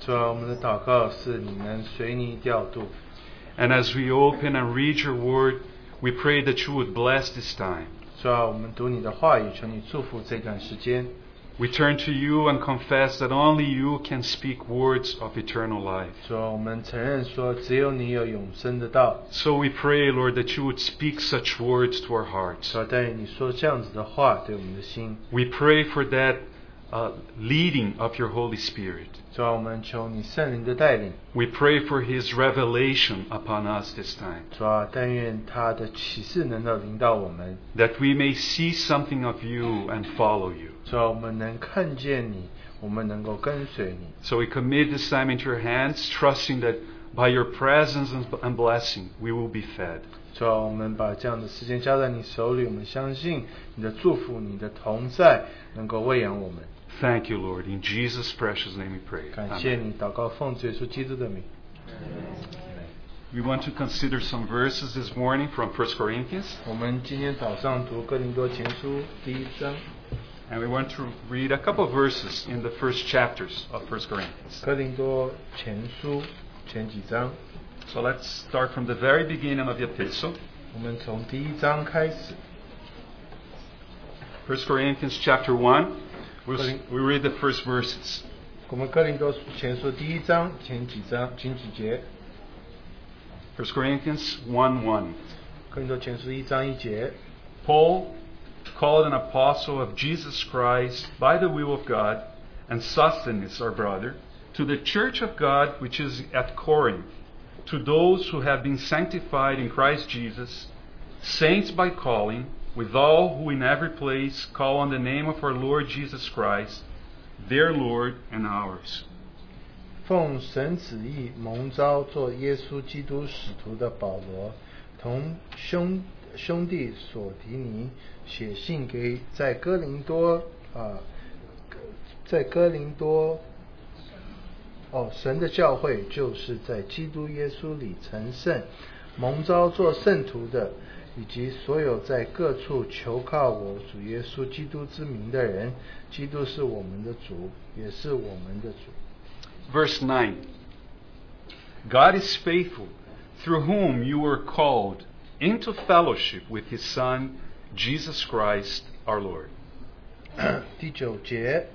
主啊，我们的祷告是你能随你调度。 And as we open and read your word, we pray that you would bless this time. 主啊，我们读你的话语，求你祝福这段时间。 We turn to you and confess that only you can speak words of eternal life. 主啊，我们承认说，只有你有永生的道。 So we pray, Lord, that you would speak such words to our 主 hearts. 啊，但愿你说这样子的话对我们的心。 We pray for that uh, leading of your Holy Spirit. 主啊，我们求你圣灵的带领。 We pray for his revelation upon us this time, 主啊，但愿他的启示能够领导我们。 that we may see something of you and follow you. 主啊，我们能看见你，我们能够跟随你。 So we commit this time into your hands, trusting that by your presence and and blessing, we will be fed. 主啊，我们把这样的时间交在你手里，我们相信你的祝福、你的同在能够喂养我们。 Thank you, Lord. In Jesus' precious name we pray. 感谢 Amen. 你，祷告奉主耶稣基督的名。 We want to consider some verses this morning from 1 Corinthians, 我们今天早上读哥林多前书第一章， and we want to read a couple of verses in the first chapters of 1 Corinthians. 哥林多前书前几章， So let's start from the very beginning of the epistle. 我们从第一章开始。 1 Corinthians chapter 1, we'll, s- Corinthians. we read the first verses. 我们哥林多前书第一章前几章前几节， 1 Corinthians 1 1. 哥林多前书一章一节， Paul, called an apostle of Jesus Christ by the will of God, and Sosthenes, our brother, to the church of God which is at Corinth, to those who have been sanctified in Christ Jesus, saints by calling, with all who in every place call on the name of our Lord Jesus Christ, their Lord and ours. 奉神旨意蒙召做耶稣基督使徒的保罗，同兄兄弟索迪尼写信给在哥林多啊、在哥林多哦，神的教会就是在基督耶稣里成圣，蒙召做圣徒的，以及所有在各处求靠我主耶稣基督之名的人，基督是我们的主，也是我们的主。 Verse 9 God is faithful, through whom you were called into fellowship with his Son, Jesus Christ our Lord. 第九节，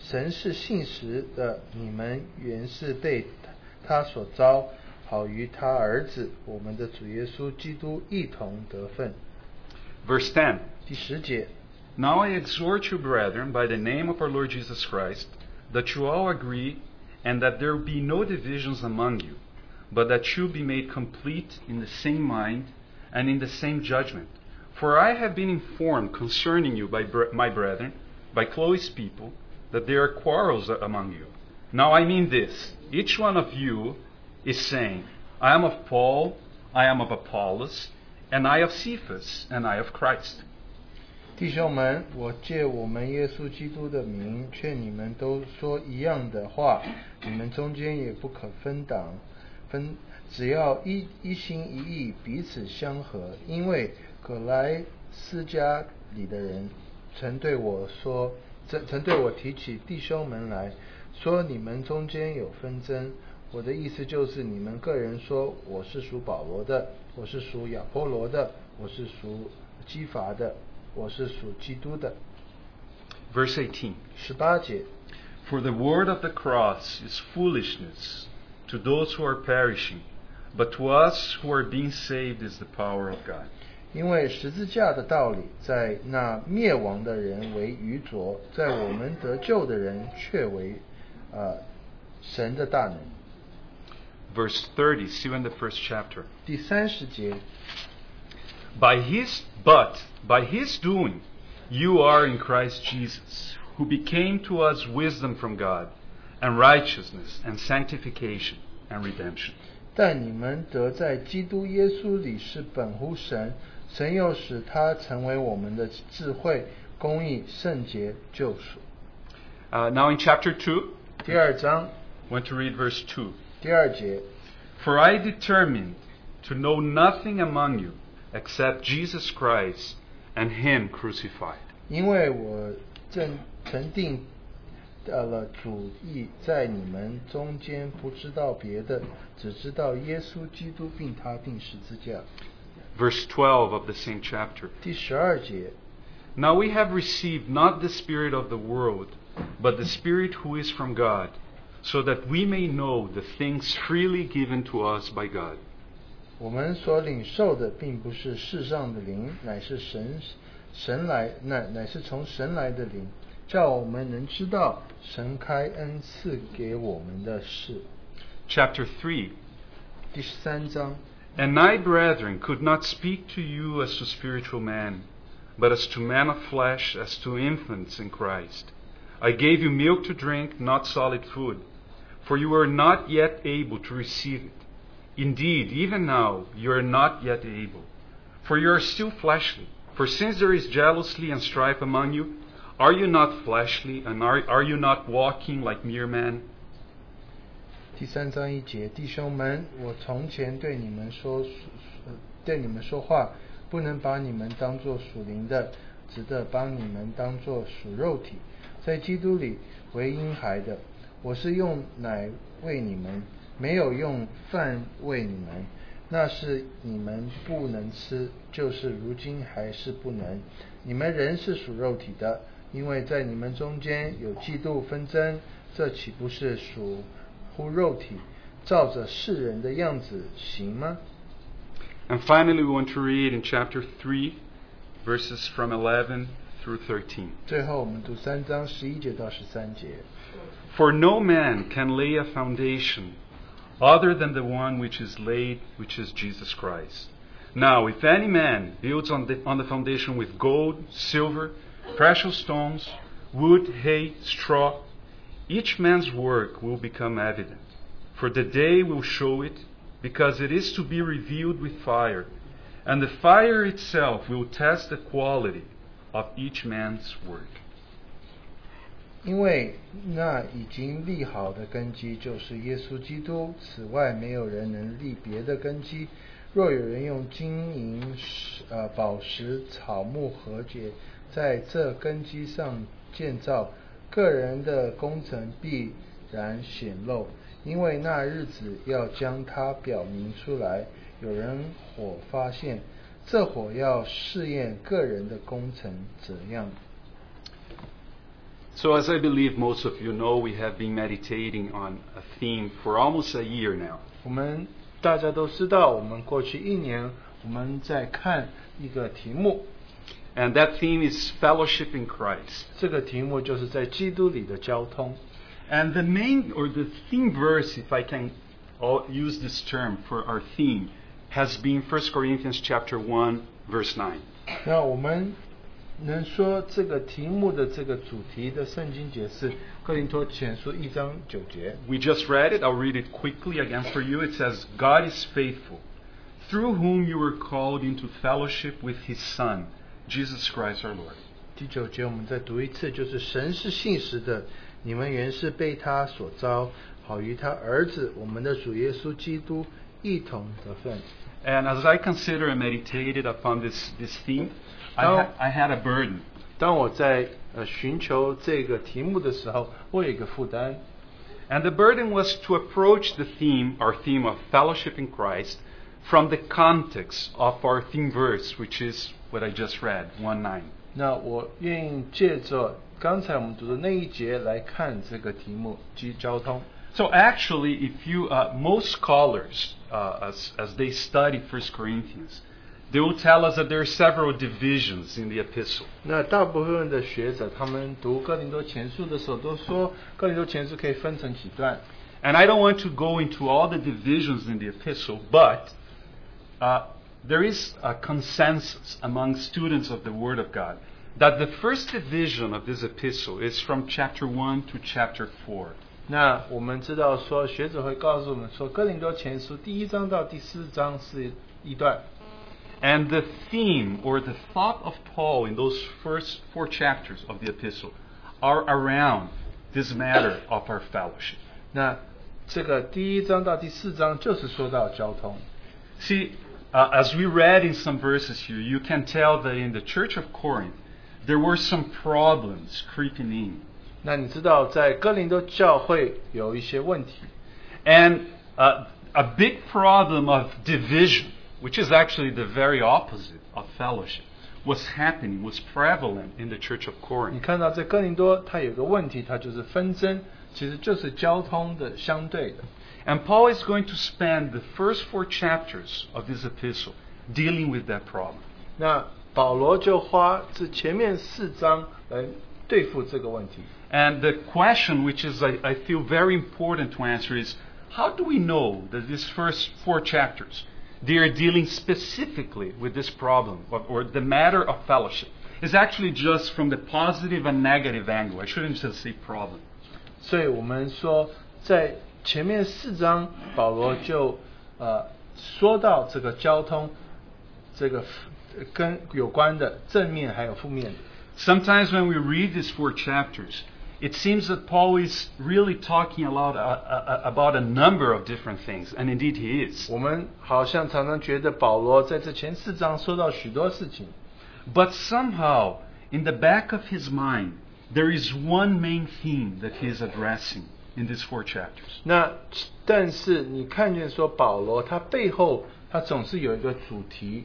神是信实的，你们原是被他所招，好与他儿子我们的主耶稣基督一同得分。 Verse 10第十节， Now I exhort you, brethren, by the name of our Lord Jesus Christ, that you all agree, and that there be no divisions among you, but that you be made complete in the same mind and in the same judgment. For I have been informed concerning you by bre- my brethren, by Chloe's people, that there are quarrels a- among you. Now I mean this each one of you is saying, I am of Paul, I am of Apollos, and I of Cephas, and I of Christ. 弟兄们，我借我们耶稣基督的名劝你们都说一样的话，你们中间也不可分党分，只要一一心一意，彼此相合。因为葛莱斯家里的人曾对我说，曾曾对我提起弟兄们来说，你们中间有纷争。我的意思就是，你们个人说我是属保罗的，我是属亚波罗的，我是属基法的，我是属基督的。 Verse 18. 十八节， For the word of the cross is foolishness to those who are perishing, but to us who are being saved is the power of God. 因为十字架的道理，在那灭亡的人为愚拙，在我们得救的人却为，呃，神的大能。 Verse 30, still in the first chapter. 第三十节， By his but by his doing you are in Christ Jesus, who became to us wisdom from God, and righteousness and sanctification and redemption. 但你们得在基督耶稣里是本乎神，神又使他成为我们的智慧、公义、圣洁、救赎。 Uh, now in chapter 2, 第二章 I want to read verse 2. 第二节， For I determined to know nothing among you except Jesus Christ and Him crucified. 因为我正曾定到了主义在你们中间不知道别的，只知道耶稣基督并他定十字架。 Verse 12 of the same chapter. 第十二节， Now we have received not the Spirit of the world, but the Spirit who is from God, so that we may know the things freely given to us by God. 我们所领受的并不是世上的灵，乃是神神来乃乃是从神来的灵，叫我们能知道神开恩赐给我们的事。 Chapter 3. 第十三章， And I, brethren, could not speak to you as to spiritual men, but as to men of flesh, as to infants in Christ. I gave you milk to drink, not solid food, for you are not yet able to receive it. Indeed, even now you are not yet able, for you are still fleshly. For since there is jealousy and strife among you, are you not fleshly, and are, are you not walking like mere men? 第三章一节，弟兄们，我从前对你们说，呃对你们说话，不能把你们当作属灵的，只得把你们当作属肉体，在基督里为婴孩的。我是用奶喂你们，没有用饭喂你们，那是你们不能吃，就是如今还是不能。你们人是属肉体的，因为在你们中间有嫉妒纷争，这岂不是属乎肉体，照着世人的样子行吗？ And finally, we want to read in chapter 3, verses from 11 through 13. 最后，我们读三章十一节到十三节。 For no man can lay a foundation other than the one which is laid, which is Jesus Christ. Now, if any man builds on the, on the foundation with gold, silver, precious stones, wood, hay, straw, each man's work will become evident. For the day will show it, because it is to be revealed with fire, and the fire itself will test the quality of each man's work. 因为那已经立好的根基就是耶稣基督，此外没有人能立别的根基。若有人用金银、石呃宝石、草木和解，在这根基上建造，个人的工程必然显露，因为那日子要将它表明出来。有人火发现，这火要试验个人的工程怎样。 So, as I believe most of you know, we have been meditating on a theme for almost a year now. 我们大家都知道，我们过去一年我们在看一个题目， And that theme is fellowship in Christ. 这个题目就是在基督里的交通。 And the main or the theme verse, if I can all use this term for our theme, has been 1 Corinthians chapter 1 verse 9. 那我们能说这个题目的这个主题的圣经解释，《哥林多前书》一章九节。 We just read it. I'll read it quickly again for you. It says, God is faithful, through whom you were called into fellowship with his Son, Jesus Christ our Lord. 第九节我们再读一次，就是神是信实的，你们原是被他所招，好与他儿子我们的主耶稣基督一同得分。 And as I consider and meditated upon this, this theme, I, Oh. ha- I had a burden. 当我在呃寻求这个题目的时候，我有一个负担， And the burden was to approach the theme, our theme of fellowship in Christ, from the context of our theme verse, which is what I just read, 1 9. 那我愿意借着刚才我们读的那一节来看这个题目及交通。 So actually, if you, uh, most scholars, uh, as, as they study 1 Corinthians, they will tell us that there are several divisions in the epistle. 那大部分的学者他们读哥林多前书的时候都说，哥林多前书可以分成几段。 And I don't want to go into all the divisions in the epistle, but uh, there is a consensus among students of the Word of God that the first division of this epistle is from chapter 1 to chapter 4. 那我们知道说，学者会告诉我们说，哥林多前书第一章到第四章是一段。 And the theme or the thought of Paul in those first four chapters of the epistle are around this matter of our fellowship. 那这个第一章到第四章就是说到交通。 See, uh, as we read in some verses here, you can tell that in the church of Corinth, there were some problems creeping in. 那你知道，在哥林多教会有一些问题， And uh, a big problem of division, which is actually the very opposite of fellowship, was happening, was prevalent in the church of 你 Corinth. 看到在哥林多，它有个问题，它就是纷争，其实就是交通的相对的。 And Paul is going to spend the first four chapters of this epistle dealing with that problem. 那保罗就花这前面四章来对付这个问题。 And the question, which is I, I feel very important to answer, is how do we know that these first four chapters they are dealing specifically with this problem or, or the matter of fellowship? It's actually just from the positive and negative angle. I shouldn't just say problem. 所以我们说，在前面四章，保罗就呃说到这个交通，这个呃跟有关的正面还有负面的。 Sometimes when we read these four chapters, it seems that Paul is really talking a lot uh, uh, about a number of different things, and indeed he is. 我们好像常常觉得保罗在这前四章说到许多事情， But somehow, in the back of his mind, there is one main theme that he is addressing in these four chapters. 那但是你看见说保罗他背后他总是有一个主题，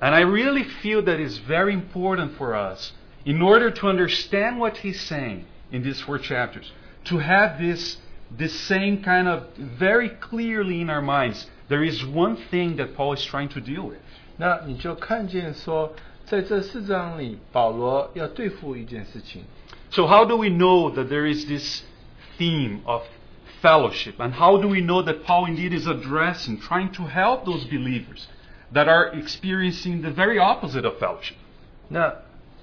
And I really feel that is very important for us, in order to understand what he's saying in these four chapters, to have this, this same kind of very clearly in our minds. There is one thing that Paul is trying to deal with. 那你就看见说在这四章里保罗要对付一件事情。 So, how do we know that there is this theme of fellowship? And how do we know that Paul indeed is addressing, trying to help those believers that are experiencing the very opposite of fellowship? 那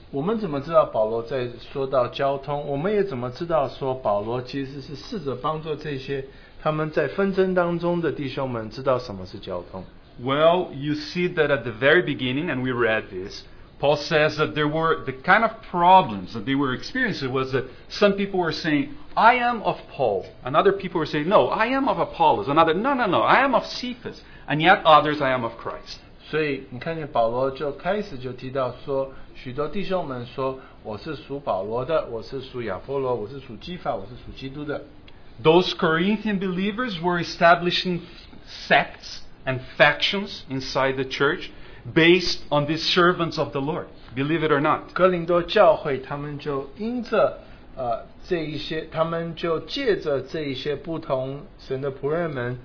我们怎么知道保罗在说到交通？我们也怎么知道说保罗其实是试着帮助这些他们在纷争当中的弟兄们知道什么是交通？ Well, you see that at the very beginning, and we read this, Paul says that there were the kind of problems that they were experiencing was that some people were saying, I am of Paul. And other people were saying, No, I am of Apollos. Another, no, no, no, I am of Cephas. And yet others, I am of Christ. 所以你看见保罗就开始就提到说，许多弟兄们说我是属保罗的，我是属亚波罗，我是属基法，我是属基督的。 Those Corinthian believers were establishing sects and factions inside the church based on these servants of the Lord, believe it or not. 哥林多教会他们就因着呃这一些，他们就借着这一些不同神的仆人们，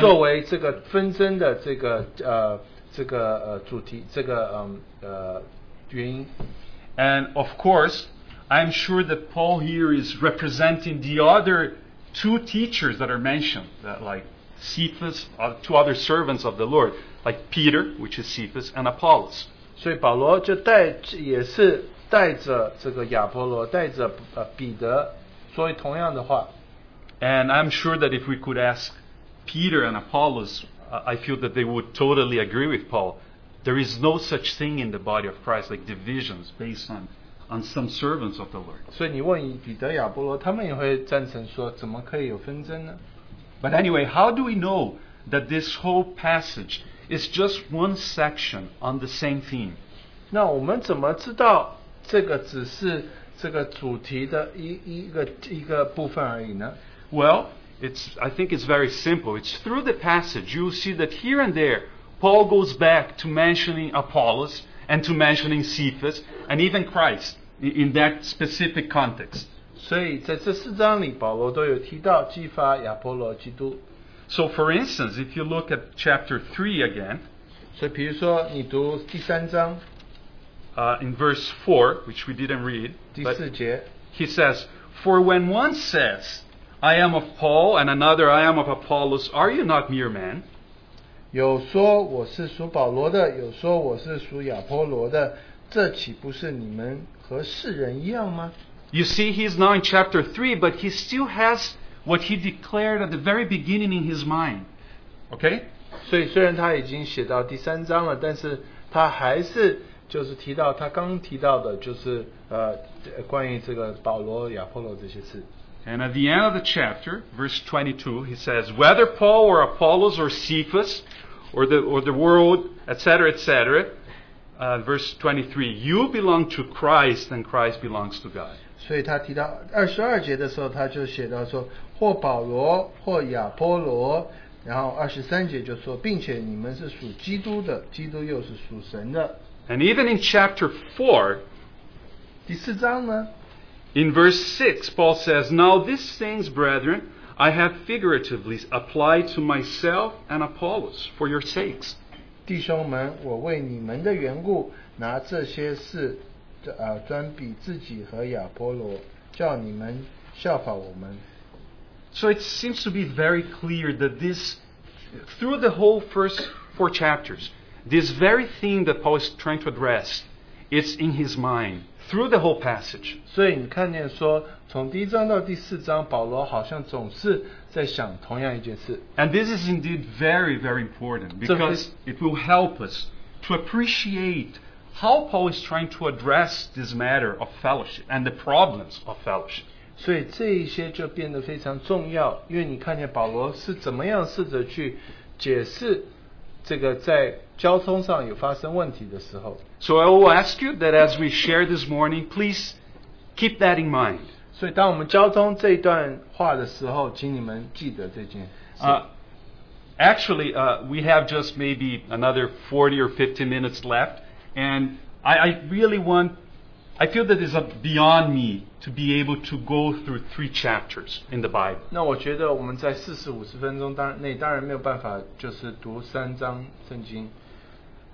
作 And, 为这个纷争的这个呃这个呃主题，这个嗯呃原因。 and of course, I'm sure that Paul here is representing the other two teachers that are mentioned, that like Cephas, uh, two other servants of the Lord, like Peter, which is Cephas, and Apollos. 所以保罗就带也是带着这个亚波罗，带着呃彼得，说同样的话。 And I'm sure that if we could ask Peter and Apollos, uh, I feel that they would totally agree with Paul. There is no such thing in the body of Christ like divisions based on, on some servants of the Lord. 所以你问以彼得、亚波罗，他们也会赞成说，怎么可以有纷争呢？ But anyway, how do we know that this whole passage is just one section on the same theme? 那我们怎么知道这个只是这个主题的一一个一个部分而已呢？ Well, it's, I think it's very simple. It's through the passage. You'll see that here and there, Paul goes back to mentioning Apollos and to mentioning Cephas and even Christ i- in that specific context. 所以在这四章里，保罗都有提到激发亚波罗、基督。 So, for instance, if you look at chapter 3 again, 所以比如说，你读第三章 uh, in verse 4, which we didn't read, 第 but 四节， he says, For when one says, I am of Paul, and another, I am of Apollos, are you not mere men? 有说我是属保罗的，有说我是属亚波罗的，这岂不是你们和世人一样吗？ You see, he's now in chapter 3, but he still has what he declared at the very beginning in his mind. Okay? 所以虽然他已经写到第三章了，但是他还是就是提到他刚提到的，就是呃关于这个保罗、亚波罗这些事。 And at the end of the chapter, verse 22, he says, Whether Paul or Apollos or Cephas or the, or the world, etc., etc., uh, verse 23, you belong to Christ and Christ belongs to God. 所以他提到二十二节的时候，他就写到说，或保罗，或亚波罗，然后二十三节就说，并且你们是属基督的，基督又是属神的。 And even in chapter 4, 第四章呢， in verse 6, Paul says, Now these things, brethren, I have figuratively applied to myself and Apollos for your sakes. 弟兄们，我为你们的缘故，拿这些事，呃，专比自己和亚波罗，叫你们效法我们。 So it seems to be very clear that this, through the whole first four chapters, this very thing that Paul is trying to address, it's in his mind through the whole passage. 所以你看见说，从第一章到第四章，保罗好像总是在想同样一件事。 And this is indeed very, very important because it will help us to appreciate how Paul is trying to address this matter of fellowship and the problems of fellowship. 所以这一些就变得非常重要，因为你看见保罗是怎么样试着去解释这个在交通上有发生问题的时候。 So I will ask you that as we share this morning, please keep that in mind. 所以当我们交通这一段话的时候，请你们记得这件事。 Uh, actually, uh, we have just maybe another 40 or 50 minutes left, and I, I really want, I feel that it's uh, beyond me to be able to go through three chapters in the Bible. 那我觉得我们在四十五十分钟当然内当然没有办法，就是读三章圣经。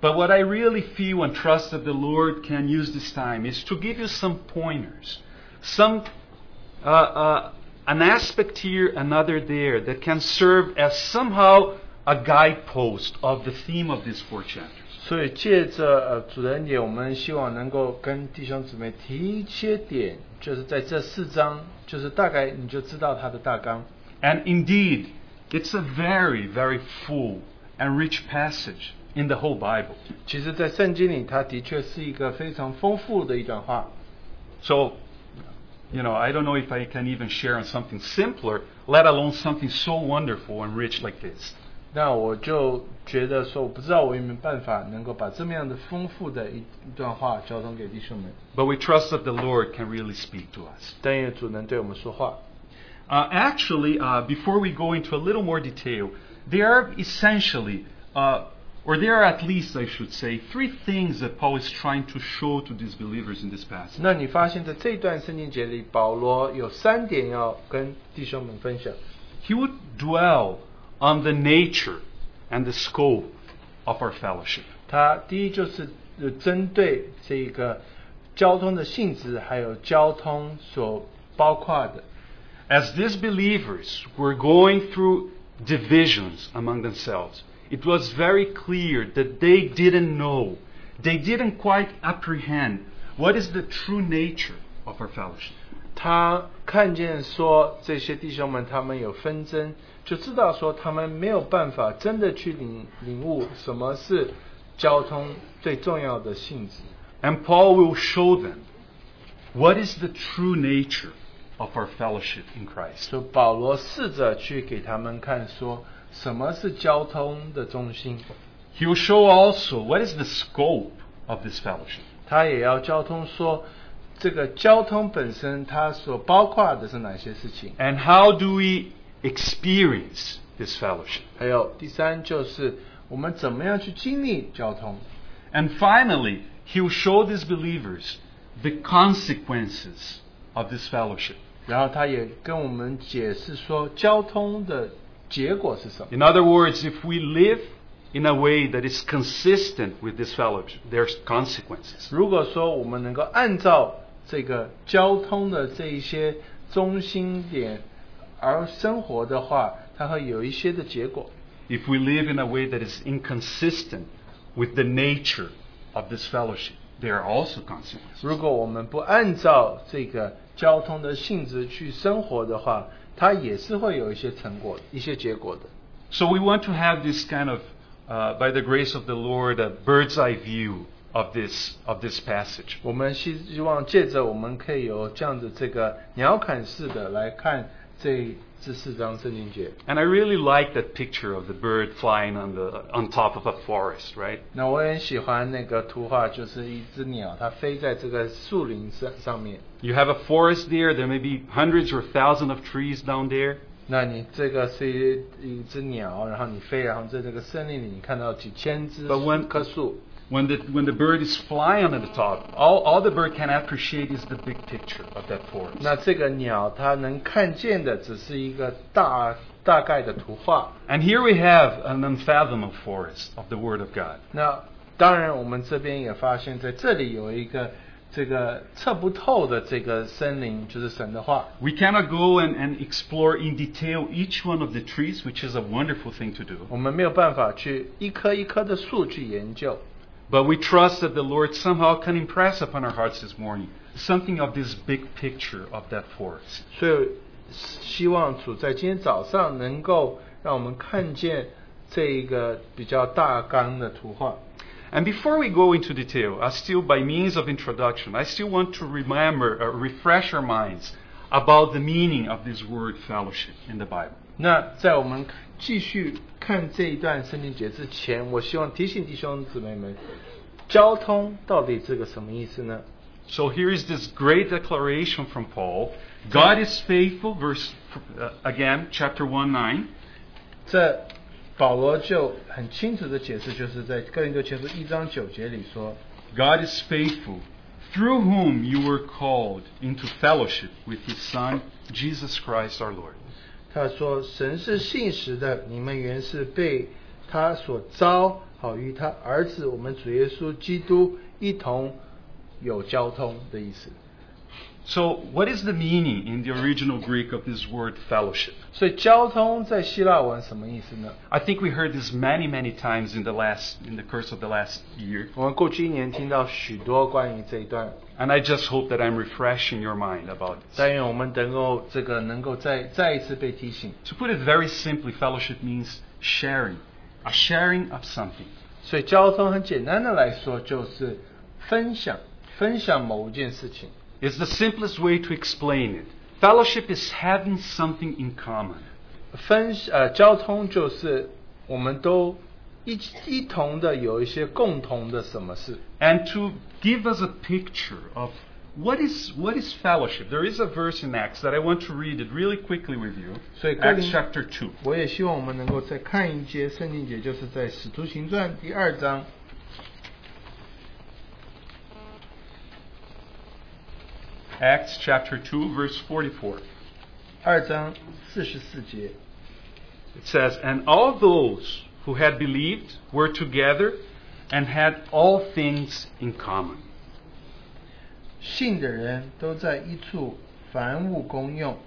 But what I really feel and trust that the Lord can use this time is to give you some pointers, some uh, uh, an aspect here, another there, that can serve as somehow a guidepost of the theme of these four chapters. 所以借着呃主人节，我们希望能够跟弟兄姊妹提一些点，就是在这四章，就是大概你就知道它的大纲。 And indeed, it's a very, very full and rich passage in the whole Bible. 其实，在圣经里，它的确是一个非常丰富的一段话。 So, you know, I don't know if I can even share on something simpler, let alone something so wonderful and rich like this. 那我就觉得说，我不知道我有没有办法能够把这么样的丰富的一一段话交通给弟兄们， But we trust that the Lord can really speak to us. 但愿主能对我们说话。 Uh, actually, uh, before we go into a little more detail, there are essentially, uh, or there are at least, I should say, three things that Paul is trying to show to these believers in this passage. 那你发现，在这段圣经节里，保罗有三点要跟弟兄们分享。 He would dwell on the nature and the scope of our fellowship. 他第一就是呃针对这个交通的性质，还有交通所包括的。 As these believers were going through divisions among themselves, it was very clear that they didn't know, they didn't quite apprehend what is the true nature of our fellowship. 他看见说这些弟兄们他们有纷争，就知道说他们没有办法真的去领领悟什么是交通最重要的性质。 And Paul will show them what is the true nature of our fellowship in Christ. 所以保罗试着去给他们看说什么是交通的中心， He will show also what is the scope of this fellowship. 他也要交通说这个交通本身它所包括的是哪些事情。 And how do we experience this fellowship? 还有第三就是我们怎么样去经历交通。 And finally, he will show these believers the consequences of this fellowship. 然后他也跟我们解释说交通的结果是什么。 In other words, if we live in a way that is consistent with this fellowship, there's consequences. 如果说我们能够按照这个交通的这一些中心点而生活的话，它会有一些的结果。 If we live in a way that is inconsistent with the nature of this fellowship, there are also consequences. 如果我们不按照这个交通的性质去生活的话，它也是会有一些成果、一些结果的。 So we want to have this kind of, uh, by the grace of the Lord, a bird's eye view of this of this passage. 我们希希望借着我们可以有这样子这个鸟瞰式的来看这这四章圣经节。 And I really like that picture of the bird flying on the on top of a forest, right? 那我很喜欢那个图画，就是一只鸟，它飞在这个树林上上面。 You have a forest there, there may be hundreds or thousands of trees down there, 那你这个是一一只鸟，然后你飞，然后在这个森林里，你看到几千只 But when- 棵树。 When the, when the bird is flying on the top, all, all the bird can appreciate is the big picture of that forest. 那这个鸟它能看见的只是一个大大概的图画。 And here we have an unfathomable forest of the Word of God. 那当然，我们这边也发现，在这里有一个这个测不透的这个森林，就是神的话。 We cannot go and, and explore in detail each one of the trees, which is a wonderful thing to do. 我们没有办法去一棵一棵的树去研究， But we trust that the Lord somehow can impress upon our hearts this morning something of this big picture of that forest. 所以希望主在今天早上能够让我们看见这一个比较大纲的图画。 And before we go into detail, I still, by means of introduction, I still want to remember, uh, refresh our minds about the meaning of this word fellowship in the Bible. 那在我们继续看这一段圣经节之前，我希望提醒弟兄姊妹们，交通到底这个什么意思呢？ So here is this great declaration from Paul God is faithful, verse uh, again, chapter 1 9. 这保罗就很清楚的解释，就是在哥林多前书一章九节里说， God is faithful, through whom you were called into fellowship with his Son, Jesus Christ our Lord. 他说神是信实的，你们原是被他所招，好与他儿子我们主耶稣基督一同有交通的意思。 So, what is the meaning in the original Greek of this word fellowship? 所以交通在希腊文什么意思呢？ I think we heard this many, many times in the last, in the course of the last year, 我们过去一年听到许多关于这一段 and I just hope that I'm refreshing your mind about this. 但愿我们能够这个能够再再一次被提醒。 To put it very simply, fellowship means sharing, a sharing of something. 所以交通很简单的来说，就是分享，分享某一件事情。 It's the simplest way to explain it. Fellowship is having something in common. 分呃，交通就是我们都一起一同的有一些共同的什么事。 and to give us a picture of what is what is fellowship. There is a verse in Acts that I want to read it really quickly with you. 所以哥林- Acts chapter two. 我也希望我们能够再看一节圣经节，就是在《使徒行传》第二章。 Acts chapter two, verse forty-four. 二章四十四节， It says, "And all those who had believed were together, and had all things in common." 信的人都在一处，凡物公用。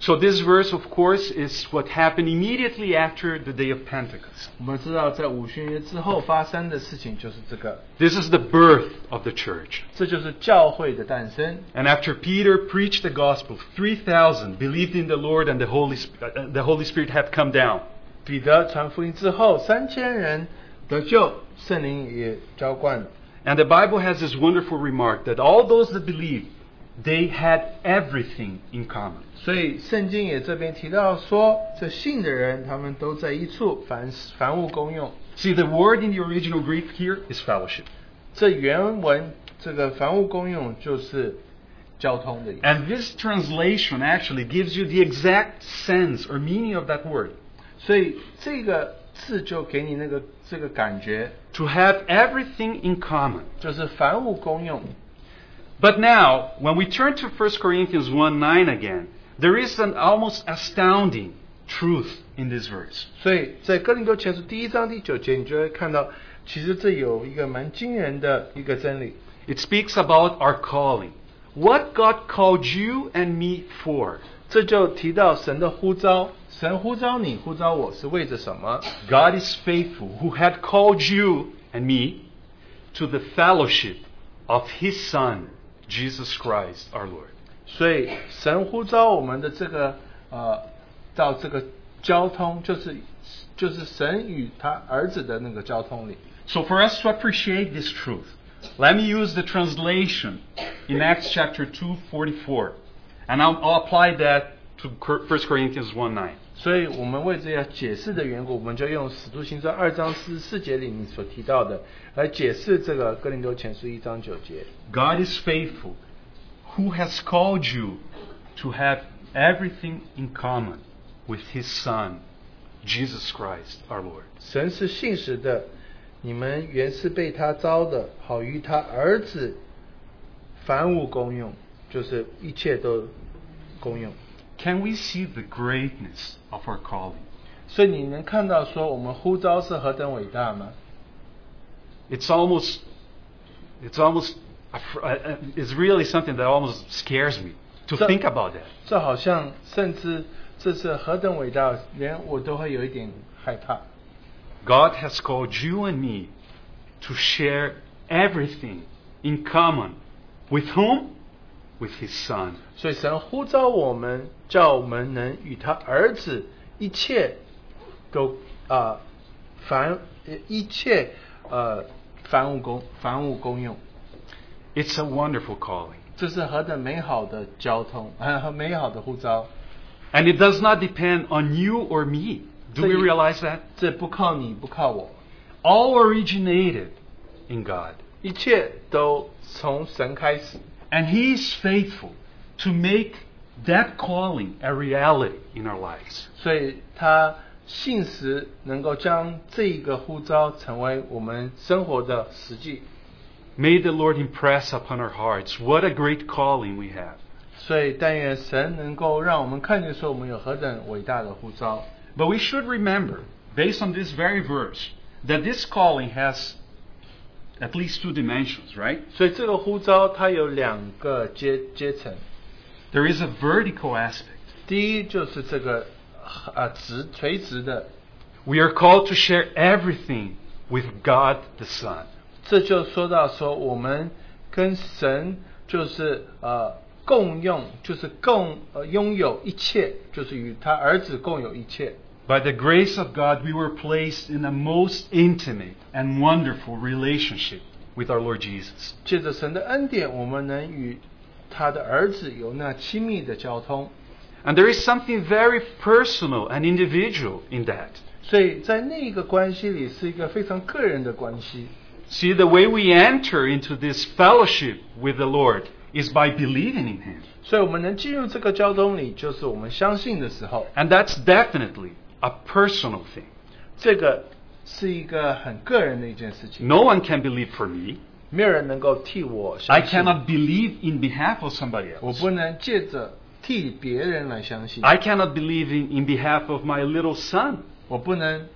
So this verse, of course, is what happened immediately after the day of Pentecost. 我们知道，在五旬节之后发生的事情就是这个， This is the birth of the church. 这就是教会的诞生。 And after Peter preached the gospel, 3,000 believed in the Lord and the Holy, Sp- uh, the Holy Spirit had come down. 彼得传福音之后，三千人得救，圣灵也浇灌了。 And the Bible has this wonderful remark that all those that believed, they had everything in common. 所以圣经也这边提到说，这信的人他们都在一处，凡凡物公用。 See, the word in the original Greek here is fellowship. 这原文这个凡物公用就是交通的意思。 And this translation actually gives you the exact sense or meaning of that word. 所以这个字就给你那个这个感觉， To have everything in common. 就是凡物公用。 But now, when we turn to 1 Corinthians 1 9 again, there is an almost astounding truth in this verse. 所以在哥林多前书第一章第九节，你就会看到，其实这有一个蛮惊人的一个真理。 It speaks about our calling. What God called you and me for. 这就提到神的呼召，神呼召你，呼召我是为着什么？ God is faithful, who had called you and me to the fellowship of His Son, Jesus Christ our Lord. 所以神呼召我们的这个呃，到这个交通，就是就是神与他儿子的那个交通里。 So, for us to appreciate this truth, let me use the translation in Acts chapter 2 44, and I'll, I'll apply that to Cor- 1 Corinthians 1 9. 所以我们为这样解释的缘故，我们就用《使徒行传》二章四十四节里你所提到的来解释这个《哥林多前书》一章九节。 God is faithful, who has called you to have everything in common with his Son, Jesus Christ our Lord. 神是信实的，你们原是被他招的，好与他儿子凡物公用，就是一切都公用。 Can we see the greatness of our calling? 所以你能看到说我们呼召是何等伟大吗？ It's almost, it's almost, it's really something that almost scares me to So- think about that. 这好像甚至这是何等伟大，连我都会有一点害怕。 God has called you and me to share everything in common. With whom? With His Son. 所以神呼召我们，叫我们能与他儿子一切都啊、凡一切呃凡物公凡物公用， It's a wonderful calling. 这是何等美好的交通，很很美好的呼召。 And it does not depend on you or me. Do So we you- realize that? 这不靠你，不靠我， All originated in God. 一切都从神开始。 And He is faithful to make that calling a reality in our lives. 所以他信实能够将这一个呼召成为我们生活的实际。 May the Lord impress upon our hearts what a great calling we have. 所以但愿神能够让我们看见说我们有何等伟大的呼召。 But we should remember, based on this very verse, that this calling has at least two dimensions, right? 所以这个呼召它有两个阶阶层， There is a vertical aspect. 第一就是这个啊直垂直的， We are called to share everything with God the Son. 这就说到说我们跟神就是呃共用，就是共呃拥有一切，就是与他儿子共有一切。 By the grace of God, we were placed in a most intimate and wonderful relationship with our Lord Jesus. 借着神的恩典，我们能与他的儿子有那亲密的交通。 And there is something very personal and individual in that. 所以在那个关系里是一个非常个人的关系， See, the way we enter into this fellowship with the Lord is by believing in Him. 所以我们能进入这个交通里，就是我们相信的时候。 And that's definitely a personal thing. 这个是一个很个人的一件事情， No one can believe for me. 没有人能够替我相 I 信。 cannot believe in behalf of somebody 我 else. 不能借着替别人来相信， I cannot believe in, in behalf of my little son. 我不能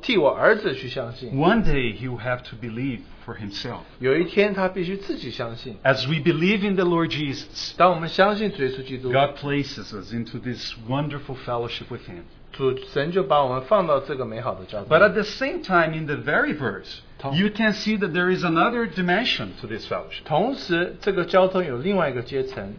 替我儿子去相信。 One day he will have to believe for himself. 有一天他必须自己相信。 As we believe in the Lord Jesus, 当我们相信主耶稣基督， God places us into this wonderful fellowship with him. 主神就把我们放到这个美好的交通 But 里。 at the same time, in the very verse, Tom. you can see that there is another dimension to this fellowship. 同时，这个交通有另外一个阶层，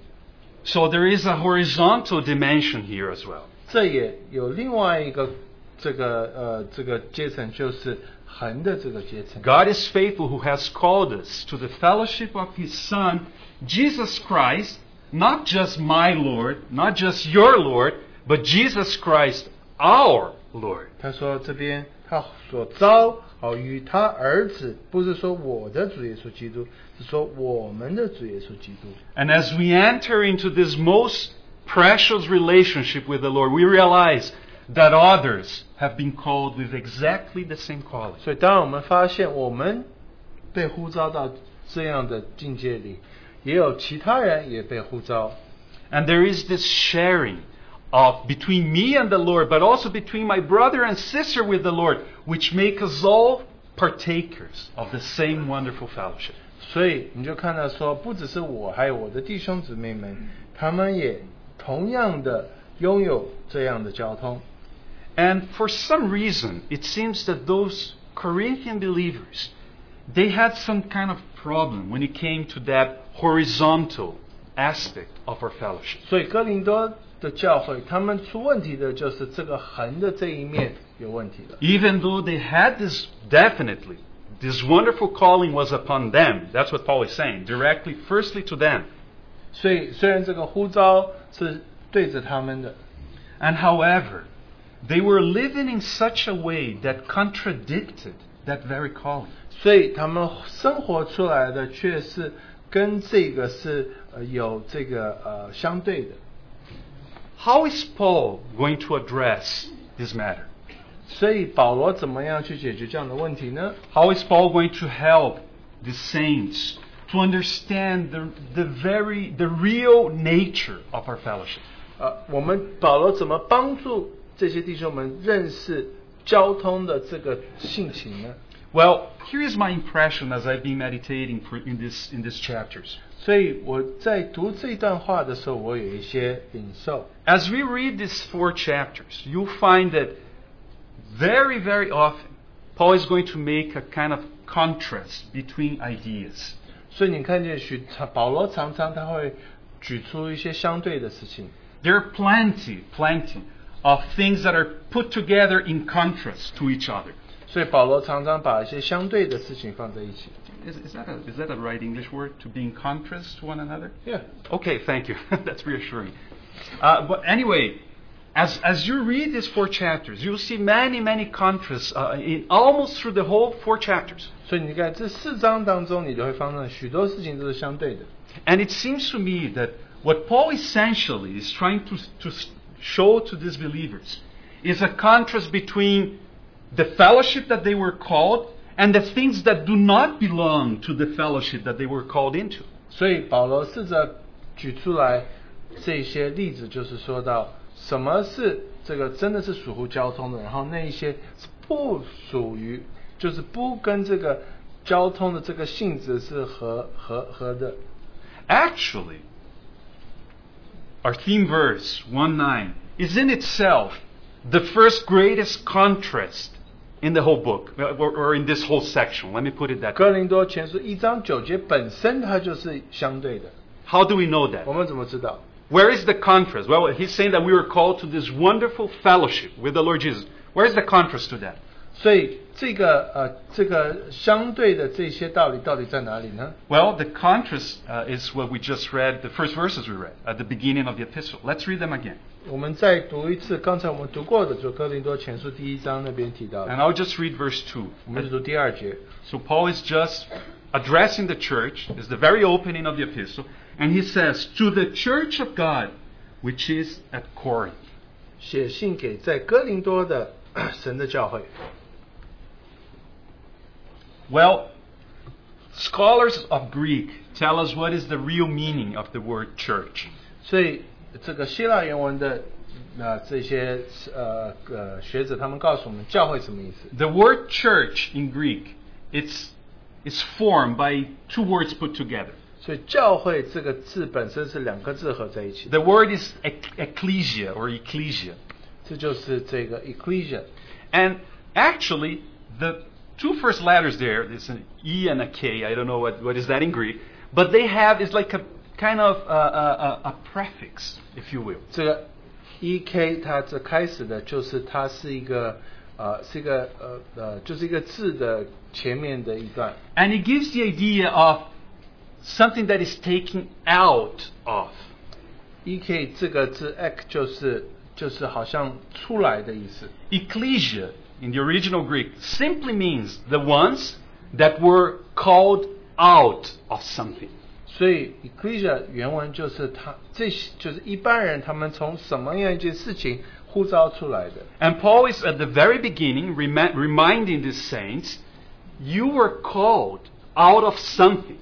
So there is a horizontal dimension here as well. 这也有另外一个这个呃这个阶层，就是横的这个阶层。 God is faithful who has called us to the fellowship of his Son, Jesus Christ, not just my Lord, not just your Lord, but Jesus Christ, our Lord. 他说这边他所招好与他儿子，不是说我的主耶稣基督，是说我们的主耶稣基督。 And as we enter into this most precious relationship with the Lord, we realize that others have been called with exactly the same calling. 所以，当我们发现我们被呼召到这样的境界里，也有其他人也被呼召， And there is this sharing of between me and the Lord, but also between my brother and sister with the Lord, which make us all partakers of the same wonderful fellowship. 所以你就看到说，不只是我，还有我的弟兄姊妹们，他们也同样的拥有这样的交通。 And for some reason, it seems that those Corinthian believers, they had some kind of problem when it came to that horizontal aspect of our fellowship. 所以哥林多的教会，他们出问题的就是这个横的这一面有问题了。 Even though they had this definitely, this wonderful calling was upon them. That's what Paul is saying, directly, firstly to them. 所以虽然这个呼召是对着他们的， And however, they were living in such a way that contradicted that very calling. 所以他们生活出来的却是跟这个是呃有这个呃相对的。 How is Paul going to address this matter? 所以保罗怎么样去解决这样的问题呢？ How is Paul going to help the saints to understand the, the very the real nature of our fellowship? 呃，我们保罗怎么帮助这些弟兄们认识交通的这个性情呢？ Well, here is my impression as I've been meditating for in this in these chapters. 所以我在读这段话的时候，我有一些领受。 As we read these four chapters, you'll find that very, very often Paul is going to make a kind of contrast between ideas. 所以你看见许保罗常常他会举出一些相对的事情， There are plenty, plenty of things that are put together in contrast to each other. 所以保罗常常把一些相对的事情放在一起。 Is, is, that, a, is that a right English word? To be in contrast to one another? Yeah. Okay, thank you. That's reassuring. Uh, but anyway, as, as you read these four chapters, you'll see many, many contrasts uh, in almost through the whole four chapters. 所以你看这四章当中，你就会发现许多事情都是相对的。 And it seems to me that what Paul essentially is trying to, to s- show to these believers is a contrast between the fellowship that they were called and the things that do not belong to the fellowship that they were called into. 所以保罗试着举出来这些例子，就是说到什么是这个真的是属乎交通的，然后那一些是不属于，就是不跟这个交通的这个性质是合合合的。 Actually, our theme verse 1 9 is in itself the first greatest contrast in the whole book, or, or in this whole section. Let me put it that 哥 way. 林多前书一章九节本身它就是相对的， How do we know that? 我们怎么知道？ Where is the contrast? Well, he's saying that we were called to this wonderful fellowship with the Lord Jesus. Where is the contrast to that? 所以这个呃这个相对的这些道理到底在哪里呢？ Well, the contrast uh, is what we just read, the first verses we read at the beginning of the epistle. Let's read them again. 我们再读一次刚才我们读过的，就哥林多前书第一章那边提到的 And。I'll just read verse 2. 我们就读第二节， So Paul is just addressing the church, is the very opening of the epistle, and he says, To the church of God, which is at Corinth. 写信给在哥林多的 神的教会。 Well, scholars of Greek tell us what is the real meaning of the word church. 所以这个希腊原文的呃这些呃呃学者他们告诉我们教会什么意思。 The word church in Greek, it's, it's formed by two words put together. 所以教会这个字本身是两个字合在一起的， The word is ec- ecclesia or ecclesia. 这就是这个 ecclesia。 And actually, the two first letters there, there's an E and a K, I don't know what, what is that in Greek, but they have, it's like a kind of a, a, a, a prefix, if you will. 这个 e k 它这开始的就是它是一个呃是一个呃呃就是一个字的前面的一段， And it gives the idea of something that is taken out of. e k 这个字 ek 就是就是好像出来的意思。 Ecclesia in the original Greek simply means the ones that were called out of something. 所以 ecclesia 原文就是他这些就是一般人他们从什么样一件事情呼召出来的。 And Paul is at the very beginning remi- reminding the saints, you were called out of something.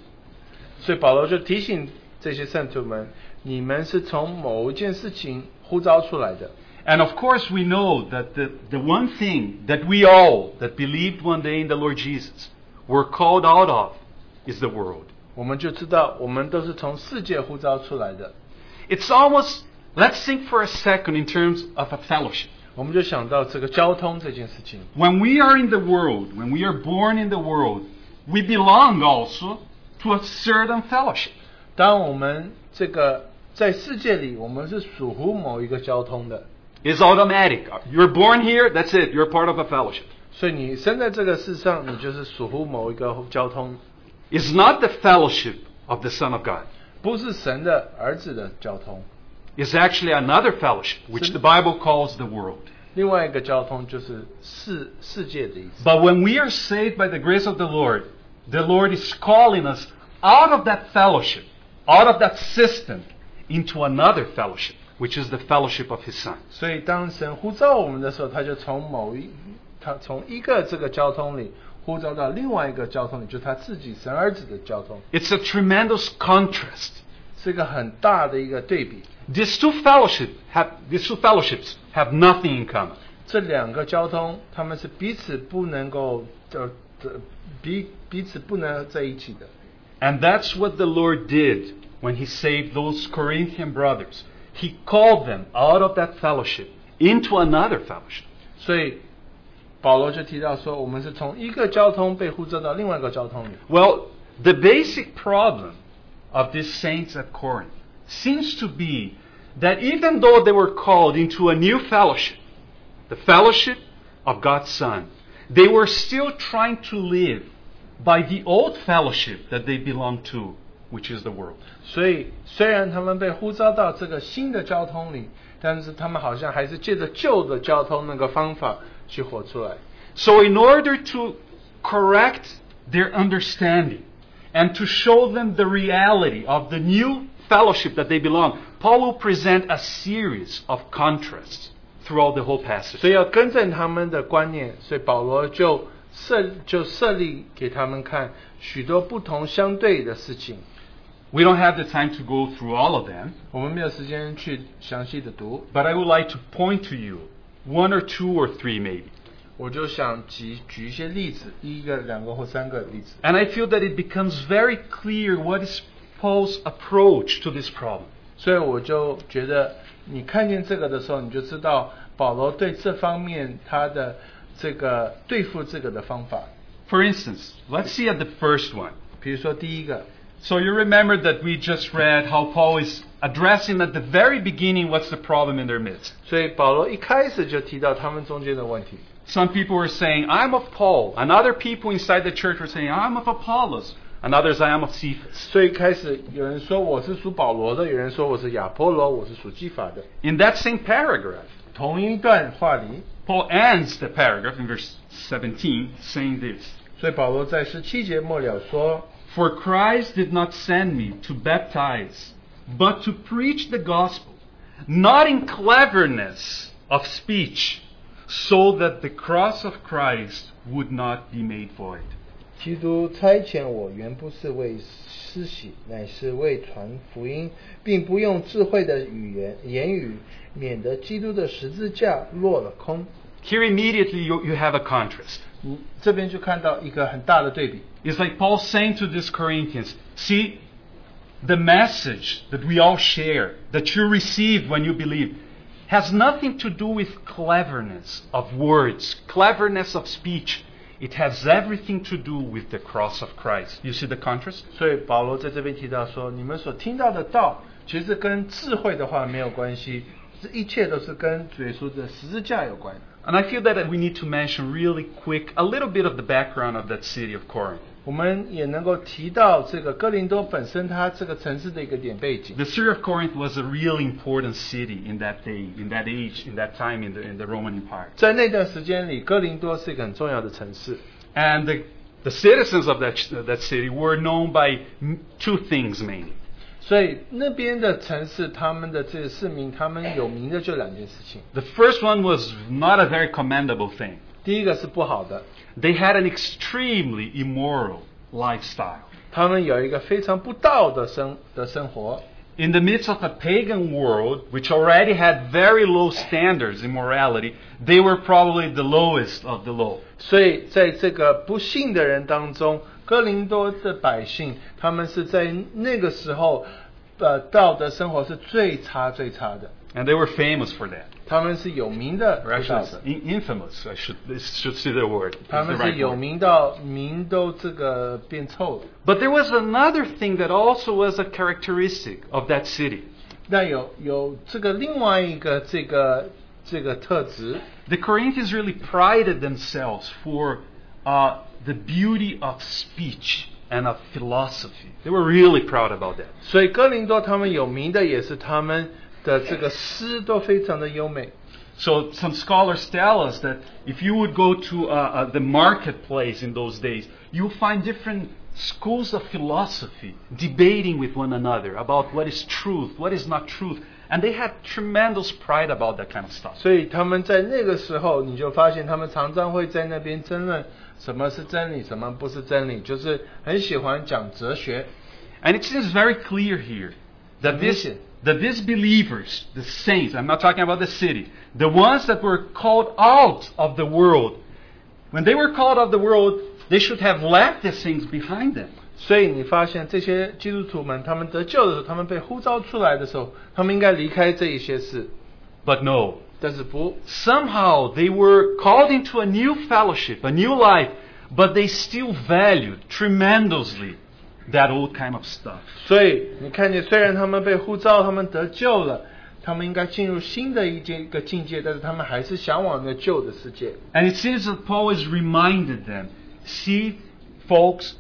所以保罗就提醒这些圣徒们，你们是从某一件事情呼召出来的。 And of course, we know that the, the one thing that we all that believed one day in the Lord Jesus were called out of is the world. 我们就知道，我们都是从世界呼召出来的。 It's almost, let's think for a second in terms of a fellowship. 我们就想到这个交通这件事情。 When we are in the world, when we are born in the world, we belong also to a certain fellowship. 当我们这个在世界里，我们是属乎某一个交通的， It's automatic. You're born here, that's it, you're part of a fellowship. 所以你生在这个世上，你就是属乎某一个交通， is not the fellowship of the Son of God. 不是神的儿子的交通。 is actually another fellowship, which the Bible calls the world. 另外一个交通就是世世界的意思。 But when we are saved by the grace of the Lord, the Lord is calling us out of that fellowship, out of that system, into another fellowship, which is the fellowship of His Son. 所以当神呼召我们的时候，他就从某一他从一个这个交通里呼召到另外一个交通里，就是他自己神儿子的交通， It's a tremendous contrast. 是一个很大的一个对比。 These two, fellowship have, these two fellowships have nothing in common. 这两个交通，他们是彼此不能够呃呃彼彼此不能在一起的。 And that's what the Lord did when He saved those Corinthian brothers. He called them out of that fellowship into another fellowship. 所以保罗就提到说，我们是从一个交通被呼召到另外一个交通里。 Well, the basic problem of these saints at Corinth seems to be that even though they were called into a new fellowship, the fellowship of God's Son, they were still trying to live by the old fellowship that they belonged to, which is the world. 所以虽然他们被呼召到这个新的交通里，但是他们好像还是借着旧的交通那个方法去活出来。 So, in order to correct their understanding and to show them the reality of the new fellowship that they belong, Paul will present a series of contrasts throughout the whole 所 passage. 以要更正他们的观念，所以保罗就设就设立给他们看许多不同相对的事情。 We don't have the time to go through all of them, 我们没有时间去详细的读， but I would like to point to you one or two or three maybe. 我就想举举一些例子，一个、两个或三个例子。 And I feel that it becomes very clear what is Paul's approach to this problem. 所以我就觉得，你看见这个的时候，你就知道保罗对这方面他的这个对付这个的方法。 For instance, let's see at the first one. 比如说第一个， So you remember that we just read how Paul is addressing at the very beginning what's the problem in their midst. 所以保罗一开始就提到他们中间的问题。 Some people were saying, I'm of Paul. And other people inside the church were saying, I'm of Apollos. And others, I am of Cephas. 所以开始有人说我是属保罗的，有人说我是亚波罗，我是属基法的。 In that same paragraph, 同一段话里， Paul ends the paragraph in verse 17 saying this 所以保罗在十七节末了说， For Christ did not send me to baptize, but to preach the gospel, not in cleverness of speech, so that the cross of Christ would not be made void. 基督差遣我，原不是为施洗，乃是为传福音，并不用智慧的语言言语，免得基督的十字架落了空。 Here immediately you, you have a contrast. 嗯，这边就看到一个很大的对比。 It's like Paul saying to these Corinthians, see, the message that we all share, that you receive when you believe, has nothing to do with cleverness of words, cleverness of speech. It has everything to do with the cross of Christ. You see the contrast? 所以保罗在这边提到说，你们所听到的道，其实跟智慧的话没有关系，这一切都是跟主耶稣的十字架有关。 And I feel that we need to mention really quick a little bit of the background of that city of Corinth. 我们也能够提到这个哥林多本身它这个城市的一个点背景。 The city of Corinth was a really important city in that day, in that age, in that time in the, in the Roman Empire. 在那段时间里，哥林多是一个很重要的城市。 And the, the citizens of that, that city were known by m- two things mainly 所以那边的城市，他们的这些市民，他们有名的就两件事情。 The first one was not a very commendable thing, 第一个是不好的， they had an extremely immoral lifestyle. 他们有一个非常不道的生的生活， In the midst of a pagan world, which already had very low standards in morality, they were probably the lowest of the low. 所以在这个不幸的人当中，哥林多的百姓，他们是在那个时候，呃，道德生活是最差最差的， And they were famous for that. 他们是有名 Or 的不道 actually, 德， in- infamous. I should, I should see the word. It's 他 the 们是 right 有 word. 名到名都这个变臭了。 But there was another thing that also was a characteristic of that city. 那有有这个另外一个这个这个特质， The Corinthians really prided themselves for uh, the beauty of speech and of philosophy. They were really proud about that. 所以哥林多他们有名的也是他们的这个诗都非常的优美。 So some scholars tell us that if you would go to uh, uh, the marketplace in those days, you'll find different schools of philosophy debating with one another about what is truth, what is not truth, and they had tremendous pride about that kind of stuff. 所以他们在那个时候，你就发现他们常常会在那边争论什么是真理，什么不是真理，就是很喜欢讲哲学。 And it seems very clear here that this, Mission. that these believers, the saints, I'm not talking about the city, the ones that were called out of the world, when they were called out of the world, they should have left these things behind them. 所以你发现这些基督徒们，他们得救的时候，他们被呼召出来的时候，他们应该离开这一些事， But no, 但是不， somehow they were called into a new fellowship, a new life, but they still valued tremendously that old kind of stuff. 所以你看见，虽然他们被呼召，他们得救了，他们应该进入新的一阶一个境界，但是他们还是向往着旧的世界。 And it seems that Paul has reminded them see, folks,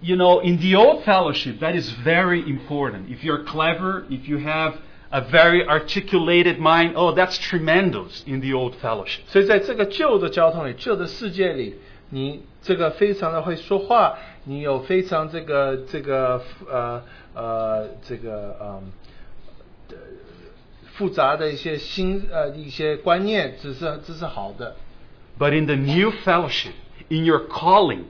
you know, in the old fellowship, that is very important. If you're clever, if you have a very articulated mind, oh, that's tremendous in the old fellowship. 所以在这个旧的交通里、旧的世界里，你这个非常的会说话，你有非常这个这个呃呃这个嗯、呃复杂的一些新呃一些观念，只是这是好的。 But in the new fellowship, in your calling,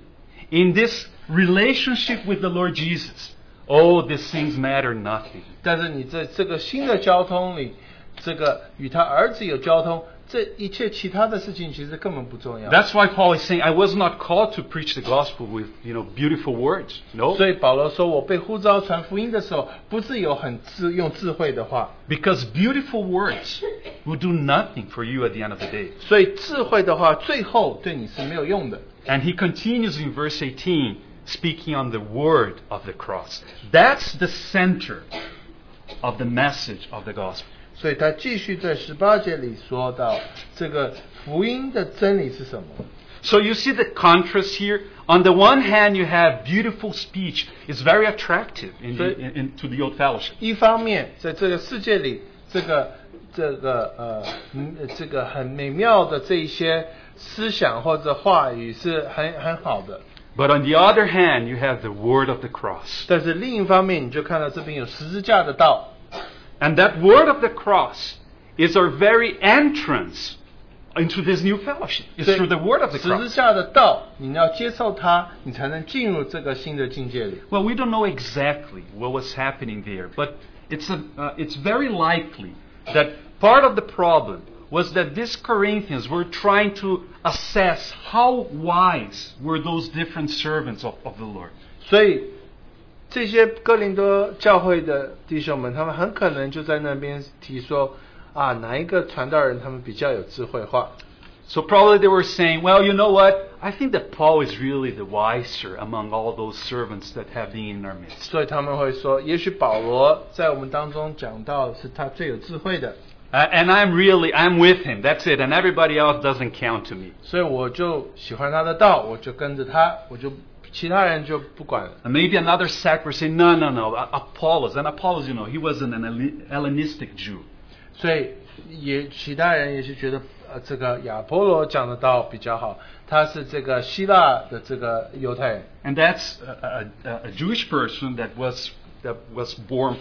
in this relationship with the Lord Jesus, oh, these things matter nothing. 但是你在这个新的交通里，这个与他儿子有交通，这一切其他的事情其实根本不重要。 That's why Paul is saying, I was not called to preach the gospel with, you know, beautiful words. No. 所以保罗说，我被呼召传福音的时候，不是有很智用智慧的话， Because beautiful words will do nothing for you at the end of the day. 所以智慧的话最后对你是没有用的。 And he continues in verse 18, speaking on the word of the cross. That's the center of the message of the gospel. 所以他继续在十八节里说到，这个福音的真理是什么？ So you see the contrast here. On the one hand, you have beautiful speech. It's very attractive in the, in, in- to the old fellowship. 一方面，在这个世界里，这个这个呃，嗯这个很美妙的这一些思想或者话语是很很好的， But on the other hand, you have the word of the cross. 但是另一方面，你就看到这边有十字架的道， And that word of the cross is our very entrance into this new fellowship. It's 所以 through the word of the 十字 cross. 架的道，你要接受它，你才能进入这个新的境界里。 Well, we don't know exactly what was happening there, but it's, a, uh, it's very likely that part of the problem was that these Corinthians were trying to assess how wise were those different servants of, of the Lord. 所以这些哥林多教会的弟兄们，他们很可能就在那边提说啊，哪一个传道人他们比较有智慧化？ So probably they were saying, well, you know what? I think that Paul is really the wiser among all those servants that have been in our midst. 所以他们会说，也许保罗在我们当中讲到是他最有智慧的， Uh, and I'm really, I'm with him. That's it. And everybody else doesn't count to me. 所以我就喜欢他的道，我就跟着他，我就其他人就不管了。 And maybe another sect would say, no, no, no, A- Apollos. And Apollos, you know, he wasn't an Helle- Hellenistic Jew. 所以也其他人也是觉得，呃，这个亚波罗讲的道比较好，他是这个希腊的这个犹太人， And that's a, a- a, a Jewish person that was, that was born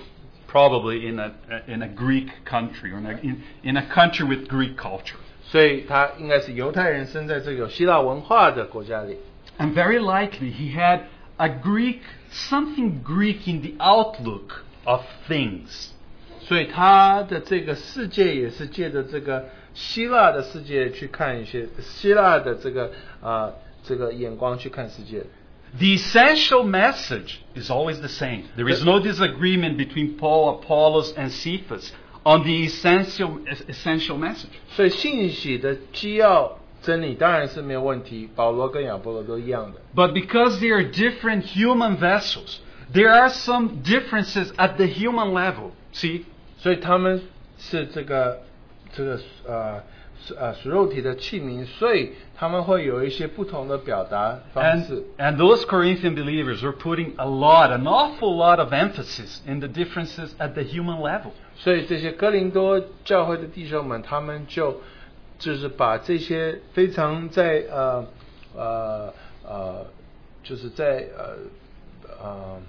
probably in a, in a Greek country or in a, in, in a country with Greek culture. 所以他应该是犹太人生在这个有希腊文化的国家里。 And very likely he had a Greek, something Greek in the outlook of things. 所以他的这个世界也是借着这个希腊的世界去看一些希腊的这个啊、这个眼光去看世界。 The essential message is always the same. There is no disagreement between Paul, Apollos, and Cephas on the essential, es- essential message. 所以信息的基要真理当然是没有问题，保罗跟亚波罗都一样的。 But because they are different human vessels, there are some differences at the human level. See? 所以他们是这个这个呃呃属肉体的器皿，所以他们会有一些不同的表达方 And, 式。 and those Corinthian believers were putting a lot, an awful lot of emphasis in the differences at the human level. 所以这些哥林多教会的弟兄们，他们就就是把这些非常在呃呃呃，就是在呃呃，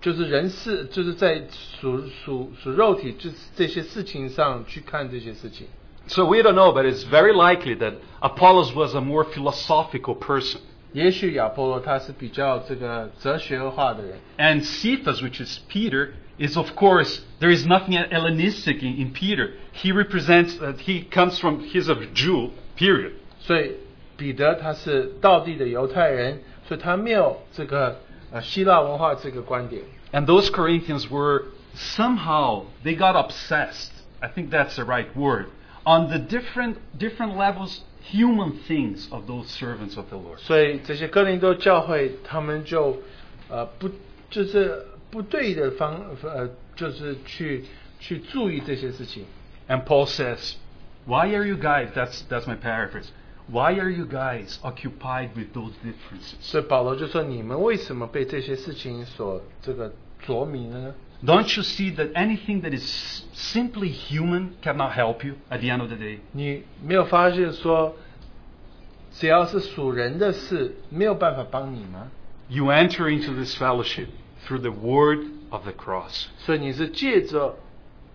就是人事，就是在属属属肉体，就是这些事情上去看这些事情。 So we don't know, but it's very likely that Apollos was a more philosophical person. 也许亚波罗他是比较这个哲学化的人， And Cephas, which is Peter, is of course there is nothing Hellenistic in, in Peter. He represents uh, he comes from he's a Jew. Period. 所以彼得他是道地的犹太人，所以他没有这个呃希腊文化这个观点。 And those Corinthians were somehow they got obsessed. I think that's the right word on the different different levels human things of those servants of the Lord. 所以这些哥林多教会，他们就呃不就是不对的方呃，就是去去注意这些事情。 And Paul says, "Why are you guys?" That's that's my paraphrase. Why are you guys occupied with those differences? 所以保罗就说：“你们为什么被这些事情所这个着迷了呢？ Don't you see that anything that is simply human cannot help you at the end of the day? 你没有发现说，只要是属人的事，没有办法帮你吗？ You enter into this fellowship through the word of the cross. 所以你是借着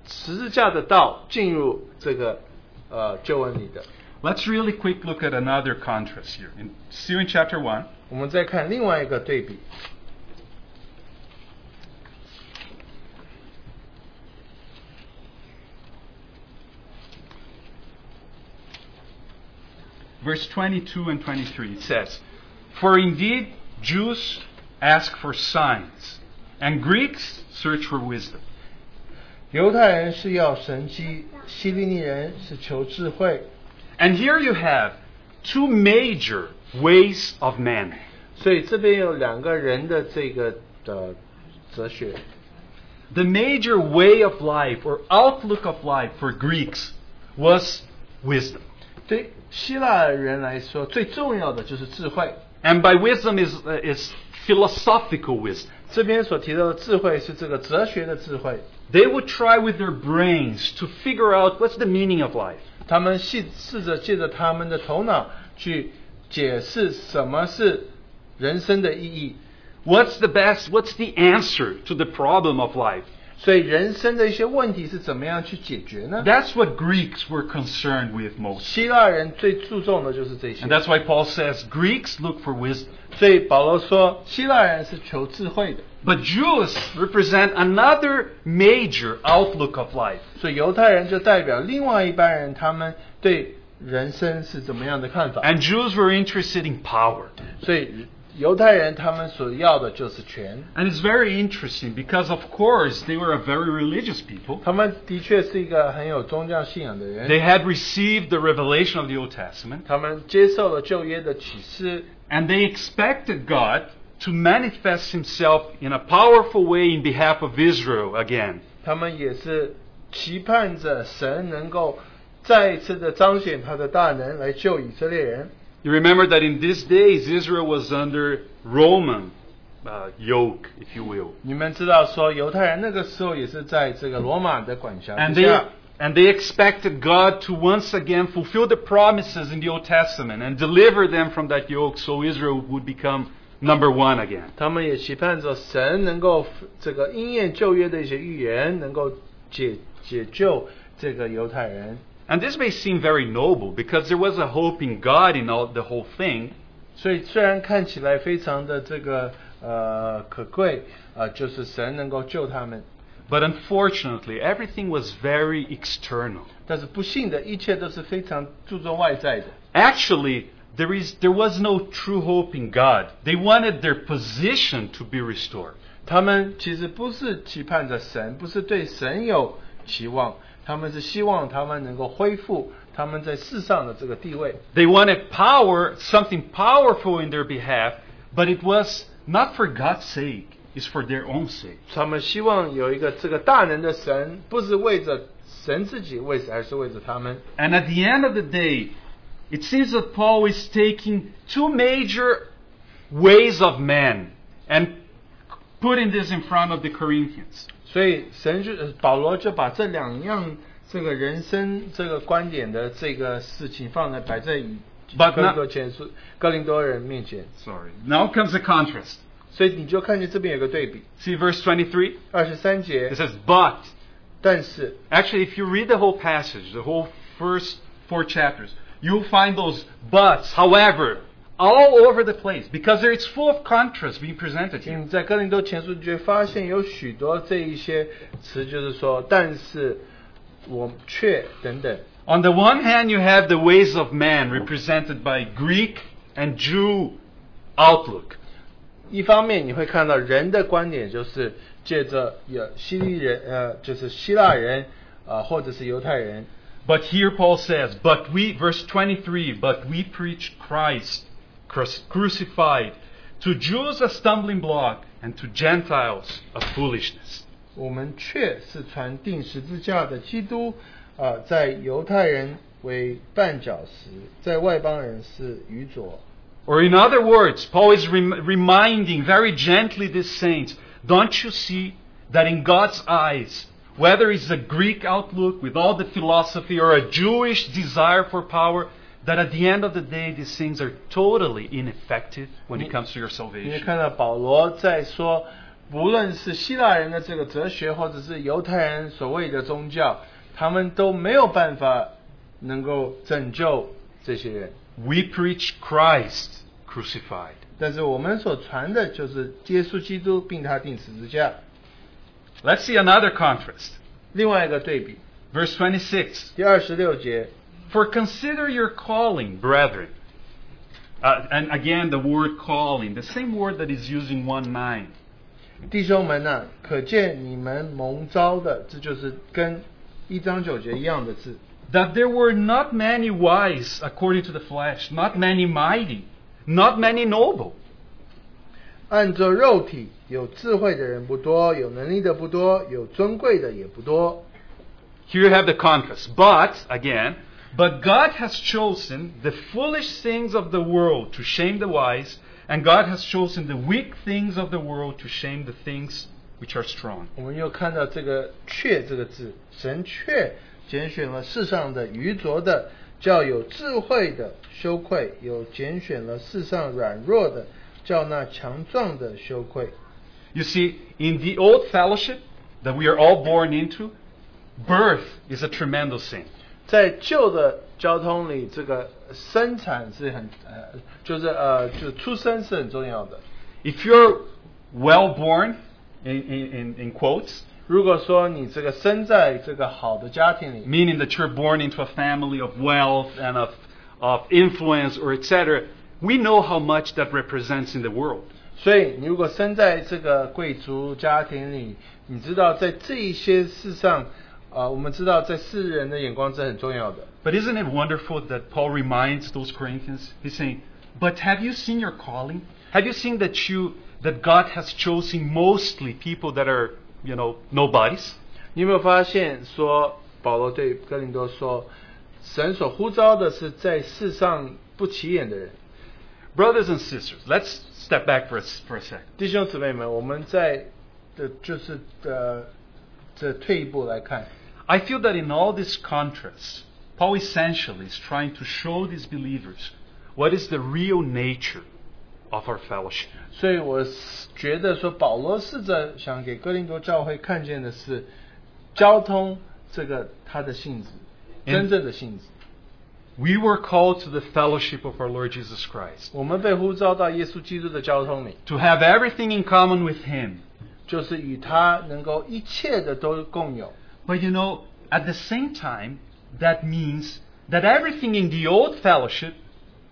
十字架的道进入这个呃救恩里的。 Let's really quick look at another contrast here. In, still in chapter 1, 我们再看另外一个对比， verse 22 and 23, it says, For indeed Jews ask for signs, and Greeks search for wisdom. 犹太人是要神机，希利尼人是求智慧。 And here you have two major ways of man. 所以这边有两个人的这个呃哲学， The major way of life or outlook of life for Greeks was wisdom. 对希腊人来说最重要的就是智慧。 And by wisdom is, uh, is philosophical wisdom. 这边所提到的智慧是这个哲学的智慧， They would try with their brains to figure out what's the meaning of life. 他们试试着借着他们的头脑去解释什么是人生的意义， What's the best, what's the answer to the problem of life? 所以人生的一些问题是怎么样去解决呢？ That's what Greeks were concerned with most. 希腊人最注重的就是这些 And，that's why Paul says Greeks look for wisdom. 所以保罗说希腊人是求智慧的， But Jews represent another major outlook of life. 所以犹太人就代表另外一班人，他们对人生是怎么样的看法？ And Jews were interested in power. 所以犹太人他们所要的就是权， And it's very interesting because, of course, they were a very religious people. 他们的确是一个很有宗教信仰的 They 人， had received the revelation of the Old Testament, 他们接受了旧约的启示， and they expected God to manifest himself in a powerful way in behalf of Israel again. 他们也是期盼着神能够再一次的彰显他的大能来救以色列人。 You remember that in these days, Israel was under Roman uh, yoke, if you will. 你们知道说犹太人那个时候也是在这个罗马的管辖 And 之 they, 下， and they expected God to once again fulfill the promises in the Old Testament and deliver them from that yoke so Israel would become number one again. 他们也期盼着神能够这个应验旧约的一些预言，能够解解救这个犹太人。 And this may seem very noble because there was a hope in God in all, the whole thing, 所以虽然看起来非常的这个呃可贵，呃，就是神能够救他们， but unfortunately, everything was very external. 但是不幸的一切都是非常注重外在的。 Actually, there, is, there was no true hope in God. They wanted their position to be restored. 他们其实不是期盼着神，不是对神有期望，他们是希望他们能够恢复他们在世上的这个地位。 They wanted power, something powerful in their behalf, but it was not for God's sake, it's for their own sake. 他们希望有一个这个大能的神，不是为着神自己为谁，而是为着他们。 And at the end of the day, it seems that Paul is taking two major ways of man and putting this in front of the Corinthians. 所以神就呃保罗就把这两样这个人生这个观点的这个事情放在摆在以 But 哥林 not- 多前书哥林多人面前， Sorry. Now comes the contrast. 所以你就看见这边有个对比， See verse 23? 二十三节 It，says, But. 但是 Actually, if you read the whole passage, the whole first four chapters, you'll find those buts, however, all over the place because there- it's full of contrast being presented 你 here. 在哥林多前书就会发现有许多这一些词，就是说，但是我却等等。 On the one hand, you have the ways of man represented by Greek and Jew outlook. 一方面你会看到人的观点就是借着有希利人呃，就是希腊人啊、呃或者是犹太人， But here Paul says, but we, verse 23, but we preach Christ crus- crucified, to Jews a stumbling block, and to Gentiles a foolishness. 我们却是传定十字架的基督，啊、在犹太人为绊脚石，在外邦人是愚拙。 Or in other words, Paul is rem- reminding very gently these saints, don't you see that in God's eyes, whether it's a Greek outlook with all the philosophy or a Jewish desire for power, that at the end of the day, these things are totally ineffective when it comes to your 因为 salvation. 看到保罗在说，不论是希腊人的这个哲学，或者是犹太人所谓的宗教，他们都没有办法能够拯救这些人。 We preach Christ crucified. 但是我们所传的就是耶稣基督，并他定十字架。 Let's see another contrast. 另外一个对比， Verse 26. 第二十六节， For consider your calling, brethren. Uh, and again, the word calling, the same word that is used in 1 9. 弟兄们呐、可见你们蒙召的，这就是跟一章九节一样的字。 That there were not many wise according to the flesh, not many mighty, not many noble. 按照肉体，有智慧的人不多，有能力的不多，有尊贵的也不多。 Here you have the contrast. But, again, but God has chosen the foolish things of the world to shame the wise, and God has chosen the weak things of the world to shame the things which are strong. 我们又看到这个“却”这个字，神却拣选了世上的愚拙的，叫有智慧的羞愧；有拣选了世上软弱的，叫那强壮的羞愧。 You see, in the old fellowship that we are all born into, birth is a tremendous sin. 在旧的交通里，这个生产是很呃，就是呃，就是出生是很重要的。 If you're well born, in, in, in- in quotes, 如果说你这个生在这个好的家庭里， meaning that you're born into a family of wealth and of, of influence or etc., we know how much that represents in the world. 所以你如果生在这个贵族家庭里，你知道在这一些事上，啊、我们知道在世人的眼光是很重要的。 But isn't it wonderful that Paul reminds those Corinthians? He's saying, "But have you seen your calling? Have you seen that you that God has chosen mostly people that are, you know, nobodies?" 你有没有发现说，保罗对哥林多说，神所呼召的是在世上不起眼的人。 Brothers and sisters, let's step back for a, s- for a second. 弟兄姊妹们，我们在的就是呃，这退一步来看， I feel that in all these contrasts, Paul essentially is trying to show these believers what is the real nature of our fellowship. 所以我是觉得说，保罗试着想给哥林多教会看见的是交通这个它的性质，嗯真正的性质。 We were called to the fellowship of our Lord Jesus Christ, 我们被呼召到耶稣基督的交通里， to have everything in common with Him. 就是与他能够一切的都共有。 But you know, at the same time, that means that everything in the old fellowship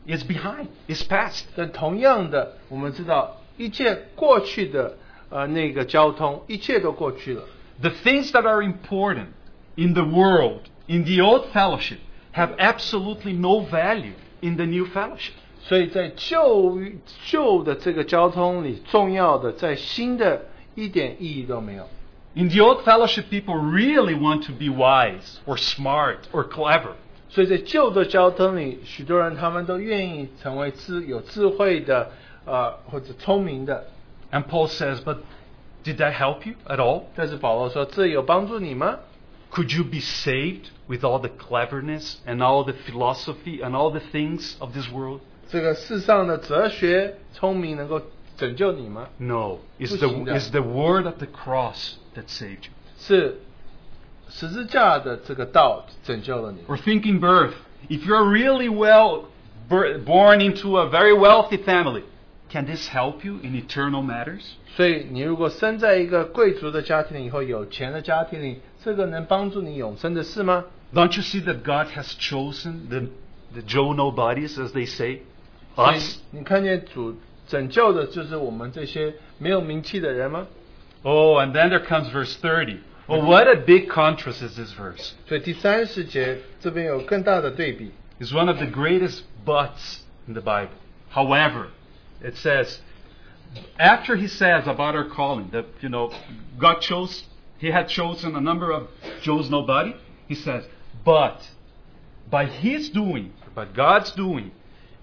is behind, is past. 但同样的，我们知道一切过去的呃那个交通，一切都过去了。 The things that are important in the world, in the old fellowship, have absolutely no value in the new fellowship. 所以在旧旧的这个交通里，重要的在新的一点意义都没有。 In the old fellowship, people really want to be wise or smart or clever. 所以在旧的交通里，许多人他们都愿意成为智有智慧的，呃，或者聪明的。 And Paul says, But did that help you at all? 但是保罗说，这有帮助你吗？ Could you be saved with all the cleverness and all the philosophy and all the things of this world? 这个世上的哲学聪明能够拯救你吗？ No. It's the, it's the word of the cross that saved you. 是十字架的这个道拯救了你。 Or thinking birth. If you're really well bor- born into a very wealthy family, can this help you in eternal matters? 所以你如果生在一个贵族的家庭里，以后有钱的家庭里，这个能帮助你永生的事吗？ Don't you see that God has chosen the, the Joe Nobodies, as they say, 所以 us? 你看见主拯救的就是我们这些没有名气的人吗？ Oh, and then there comes verse 30. Oh, what a big contrast is this verse. 所以第三十节这边有更大的对比， It's one of the greatest buts in the Bible. However, it says, after he says about our calling, that, you know, God chose, he had chosen a number of Joe's nobody, he says, but by his doing, by God's doing,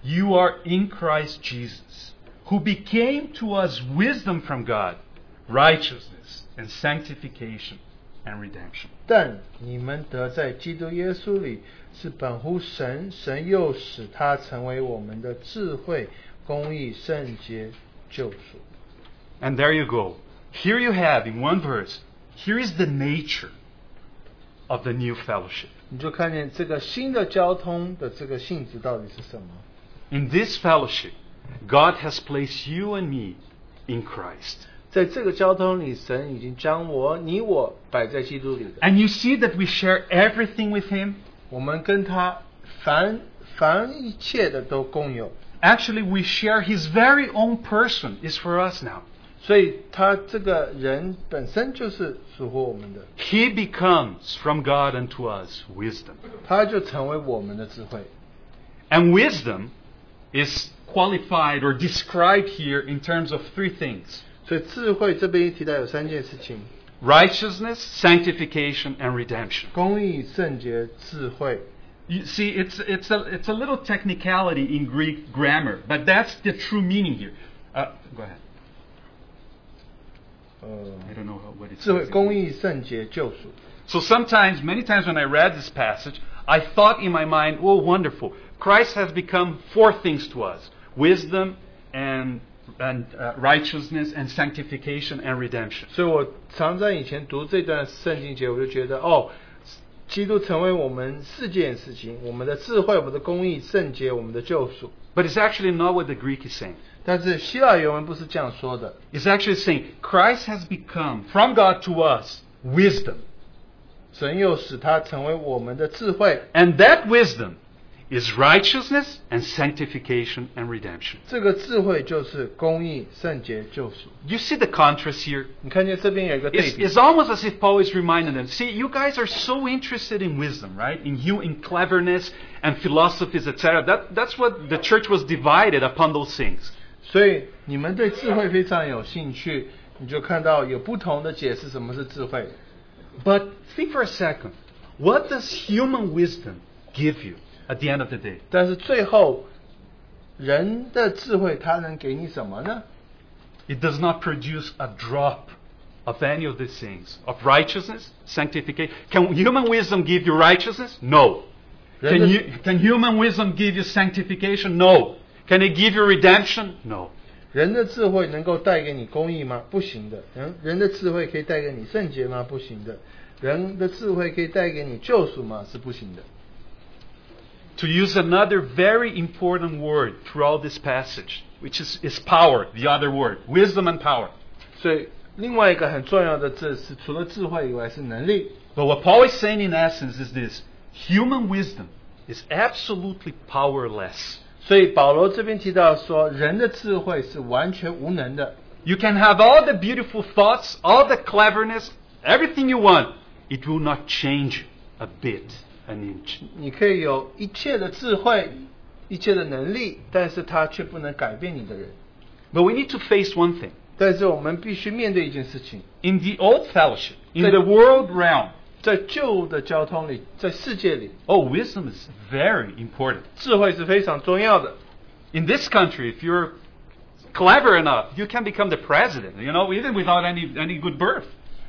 you are in Christ Jesus, who became to us wisdom from God, righteousness and sanctification and redemption. 但你们得在基督耶稣里是本乎神，神又使他成为我们的智慧、公义、圣洁、救赎。 And there you go. Here you have, in one verse, here is the nature of the new fellowship. 你就看见这个新的交通的这个性质到底是什么？ In this fellowship, God has placed you and me in Christ. 在这个交通里，神已经将我、你我摆在基督里的， And you see that we share everything with Him. 我们跟他凡凡一切的都共有， Actually, we share His very own person is for us now. 所以他这个人本身就是属乎我们的， He becomes from God unto us wisdom. 他就成为我们的智慧。 And wisdom is qualified or described here in terms of three things 所以智慧这边提到有三件事情： righteousness, sanctification, and redemption. 公义、圣洁、智慧。 You see, it's, it's, a, it's a little technicality in Greek grammar, but that's the true meaning here. Uh, go ahead. 呃， I don't know how, what it's 智慧、公义、圣洁、救赎。 So sometimes, many times when I read this passage, I thought in my mind, oh, wonderful. Christ has become four things to us wisdom and, and uh, righteousness and sanctification and redemption. 所以我常在以前读这段圣经节，我就觉得哦，基督成为我们四件事情：我们的智慧、我们的公义、圣洁、我们的救赎。 But it's actually not what the Greek is saying. 但是希腊原文不是这样说的， It's actually saying Christ has become, from God to us, wisdom. 神又使他成为我们的智慧。 And that wisdom is righteousness and sanctification and redemption. 这个智慧就是公义、圣洁、救赎。 You see the contrast here? 你看见这边有一个对 It's, 比 it's，almost as if Paul is reminding them see, you guys are so interested in wisdom, right? In you, in cleverness and philosophies, etc. That, that's what the church was divided upon those things. 所以你们对智慧非常有兴趣，你就看到有不同的解释什么是智慧。 But think for a second what does human wisdom give you at the end of the day? 但是最后，人的智慧它能给你什么呢？ It does not produce a drop of any of these things of righteousness, sanctification. Can human wisdom give you righteousness? No. Can, 人的 you, can human wisdom give you sanctification? No. Can it give you redemption? No. 人的智慧能够带给你公义吗？不行的。人人的智慧可以带给你圣洁吗？不行的。人的智慧可以带给你救赎吗？是不行的。 To use another very important word throughout this passage, which is, is power, the other word, wisdom and power. 所以，另外一个很重要的字是，除了智慧以外是能力。 But what Paul is saying in essence is this human wisdom is absolutely powerless. 所以保罗这边提到说，人的智慧是完全无能的。 You can have all the beautiful thoughts, all the cleverness, everything you want. It will not change a bit, an inch. 你可以有一切的智慧，一切的能力，但是它却不能改变你的人。 But we need to face one thing 但是我们必须面对一件事情， In the old fellowship, in Good. the world realm, 在旧的交通里，在世界里， oh, wisdom is very important. 智慧是非常重要的。 In this country, if you're clever enough, you can become the president, you know, even without any, any good birth.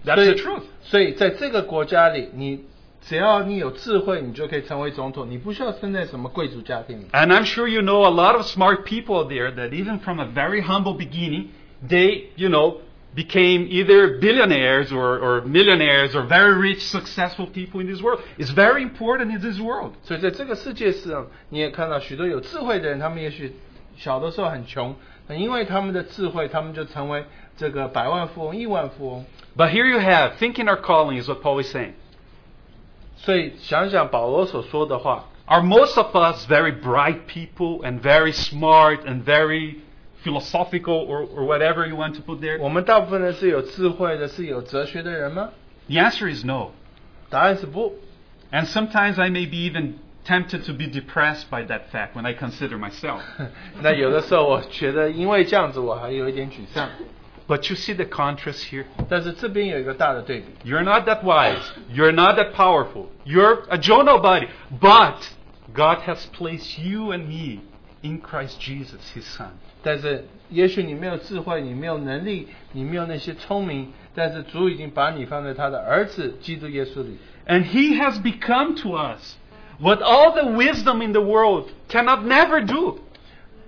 That's 所 the 以 truth.，所以在这个国家里，你只要你有智慧，你就可以成为总统，你不需要生在什么贵族家庭里。 And I'm sure you know a lot of smart people out there that even from a very humble beginning, they, you know, became either billionaires or, or millionaires or very rich, successful people in this world. It's very important in this world. 所以在这个世界上，你也看到许多有智慧的人，他们也许小的时候很穷，那因为他们的智慧，他们就成为这个百万富翁、亿万富翁。 But here you have, thinking our calling is what Paul is saying. 所以想想保罗所说的话， Are most of us very bright people and very smart and very philosophical or, or whatever you want to put there? 我们大部分人是有智慧的，是有哲学的人吗？ The answer is no. 答案是不。 And sometimes I may be even tempted to be depressed by that fact when I consider myself. 那有的时候我觉得，因为这样子，我还有一点沮丧。 But you see the contrast here? 但是这边有一个大的对比， You're not that wise. You're not that powerful. You're a Jonah body. But God has placed you and me in Christ Jesus, His Son. 但是也许你没有智慧，你没有能力，你没有那些聪明，但是主已经把你放在他的儿子基督耶稣里。 And He has become to us what all the wisdom in the world cannot never do.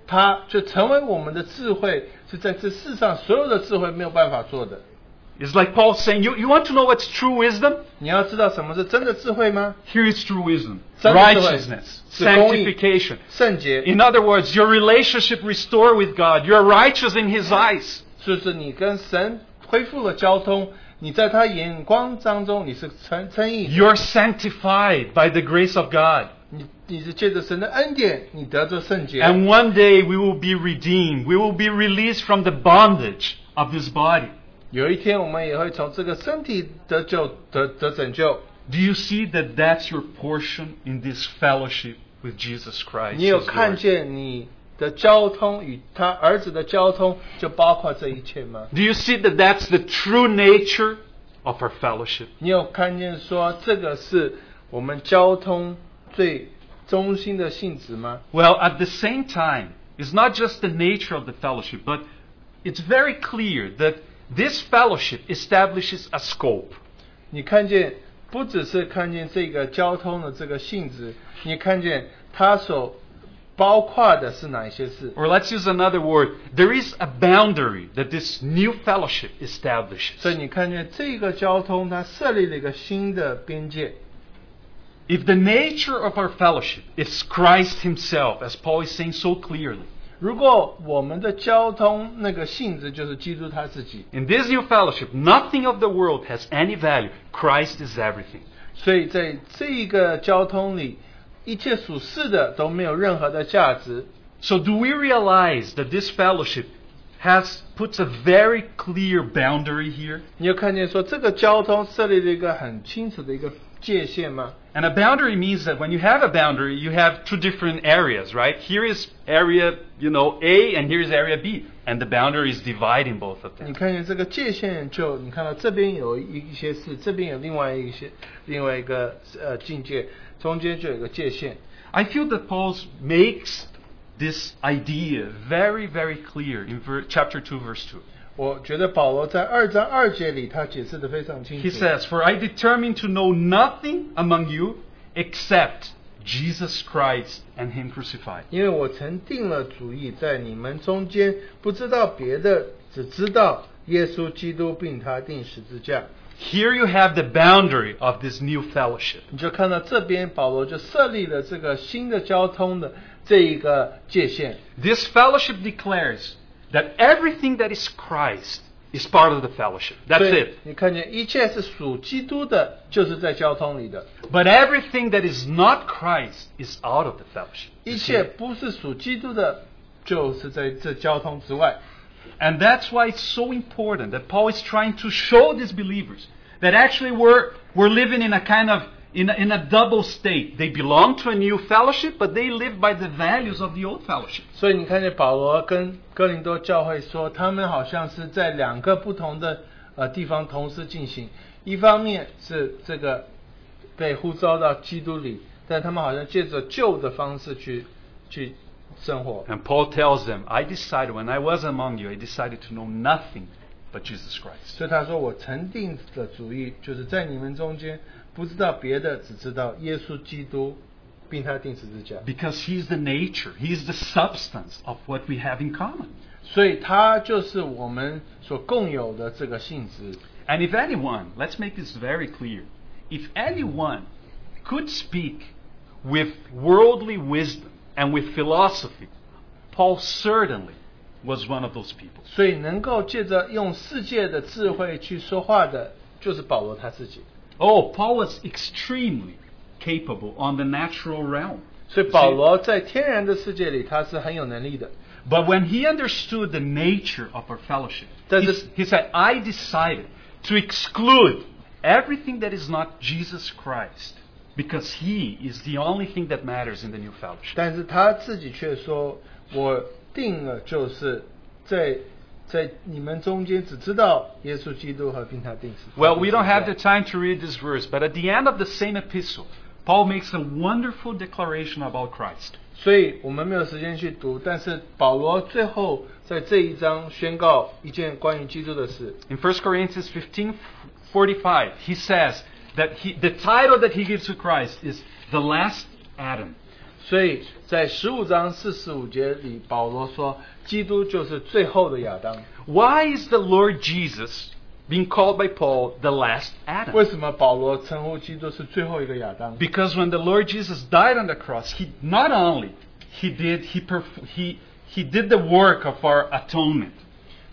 他就成为我们的智慧，是在这世上所有的智慧没有办法做的。 It's like Paul saying, you, you want to know what's true wisdom? 你要知道什么是真的智慧吗？ Here is true wisdom. Some- Righteousness, The going- sanctification. 圣洁， In other words, your relationship restored with God. You're righteous in His eyes. 就是你跟神恢复了交通，你在他眼光当中你是称称义， You're sanctified by the grace of God. 你你是借着神的恩典，你得着圣洁。 And one day we will be redeemed. We will be released from the bondage of this body. 有一天我们也会从这个身体得救，得得拯救。 Do you see that that's your portion in this fellowship with Jesus Christ? 你有 his 看 Lord? 见你的交通与他儿子的交通就包括这一切吗？ Do you see that that's the true nature of our fellowship? 你有看见说这个是我们交通最中心的性质吗？ Well, at the same time, it's not just the nature of the fellowship, but it's very clear that this fellowship establishes a scope. 你看见不只是看见这个交通的这个性质，你看见它所包括的是哪一些事？ Or let's use another word. There is a boundary that this new fellowship establishes. 所以你看见这个交通，它设立了一个新的边界。 If the nature of our fellowship is Christ Himself, as Paul is saying so clearly, 如果我们的交通那个性质就是基督他自己， in this new fellowship, nothing of the world has any value. Christ is everything. 所以在这一个交通里，一切属世的都没有任何的价值。 So, do we realize that this fellowship has puts a very clear boundary here? 你就看见说这个交通设立了一个很清楚的一个界限吗？ And a boundary means that when you have a boundary, you have two different areas, right? Here is area, you know, A, and here is area B, and the boundary is dividing both of 你 them. 看见这个界限就，你看到这边有一一些事，这边有另外一些另外一个呃境界，中间就有一个界限。 I feel that Paul makes this idea very, very clear in ver- chapter 2, verse 2. 我觉得保罗在二章二节里，他解释的非常清 He 楚。 says, For I determined to know nothing among you except Jesus Christ and Him crucified. 因为我曾定了主意，在你们中间不知道别的，只知道耶稣基督并他定十字架。 Here you have the boundary of this new fellowship. 你就看到这边保罗就设立了这个新的交通的这一个界限。 This fellowship declares that everything that is Christ is part of the fellowship. That's 所以 it. 你看见一切是属基督的，就是在交通里的； But everything that is not Christ is out of the fellowship. 一 You 切 see? 不是属基督的，就是在这交通之外。 And that's why it's so important that Paul is trying to show these believers that actually we're, we're living in a kind of in a, in a double state. They belong to a new fellowship, but they live by the values of the old fellowship. 所以你看见保罗跟哥林多教会说，他们好像是在两个不同的呃地方同时进行，一方面是这个被呼召到基督里，但他们好像借着旧的方式去去生活。 And Paul tells them, I decided when I was among you, I decided to know nothing but Jesus Christ. 所以他说：“我曾定的主意就是在你们中间不知道别的，只知道耶稣基督，并他定十字架。 Because he's the nature, he's the substance of what we have in common. 所以他就是我们所共有的这个性质。 And if anyone, let's make this very clear, if anyone could speak with worldly wisdom and with philosophy, Paul certainly was one of those people. 所以能够借着用世界的智慧去说话的，就是保罗他自己。 Oh, Paul was extremely capable on the natural realm. 所以保罗在天然的世界里，他是很有能力的。 But when he understood the nature of our fellowship, Does he, this- he said, I decided to exclude everything that is not Jesus Christ because he is the only thing that matters in the new fellowship. 但是他自己却说：“我定了，就是在在你们中间只知道耶稣基督和并他定死。” Well, we don't have the time to read this verse, but at the end of the same epistle, Paul makes a wonderful declaration about Christ. 所以我们没有时间去读，但是保罗最后在这一章宣告一件关于基督的事。 In 1 Corinthians 15 45, he says that he, the title that he gives to Christ is the last Adam. 所以在十五章四十五节里，保罗说，基督就是最后的亚当。 Why is the Lord Jesus being called by Paul the last 为 Adam? 什么保罗称呼基督是最后一个亚当？ Because when the Lord Jesus died on the cross, he not only he did he perf- he he did the work of our atonement,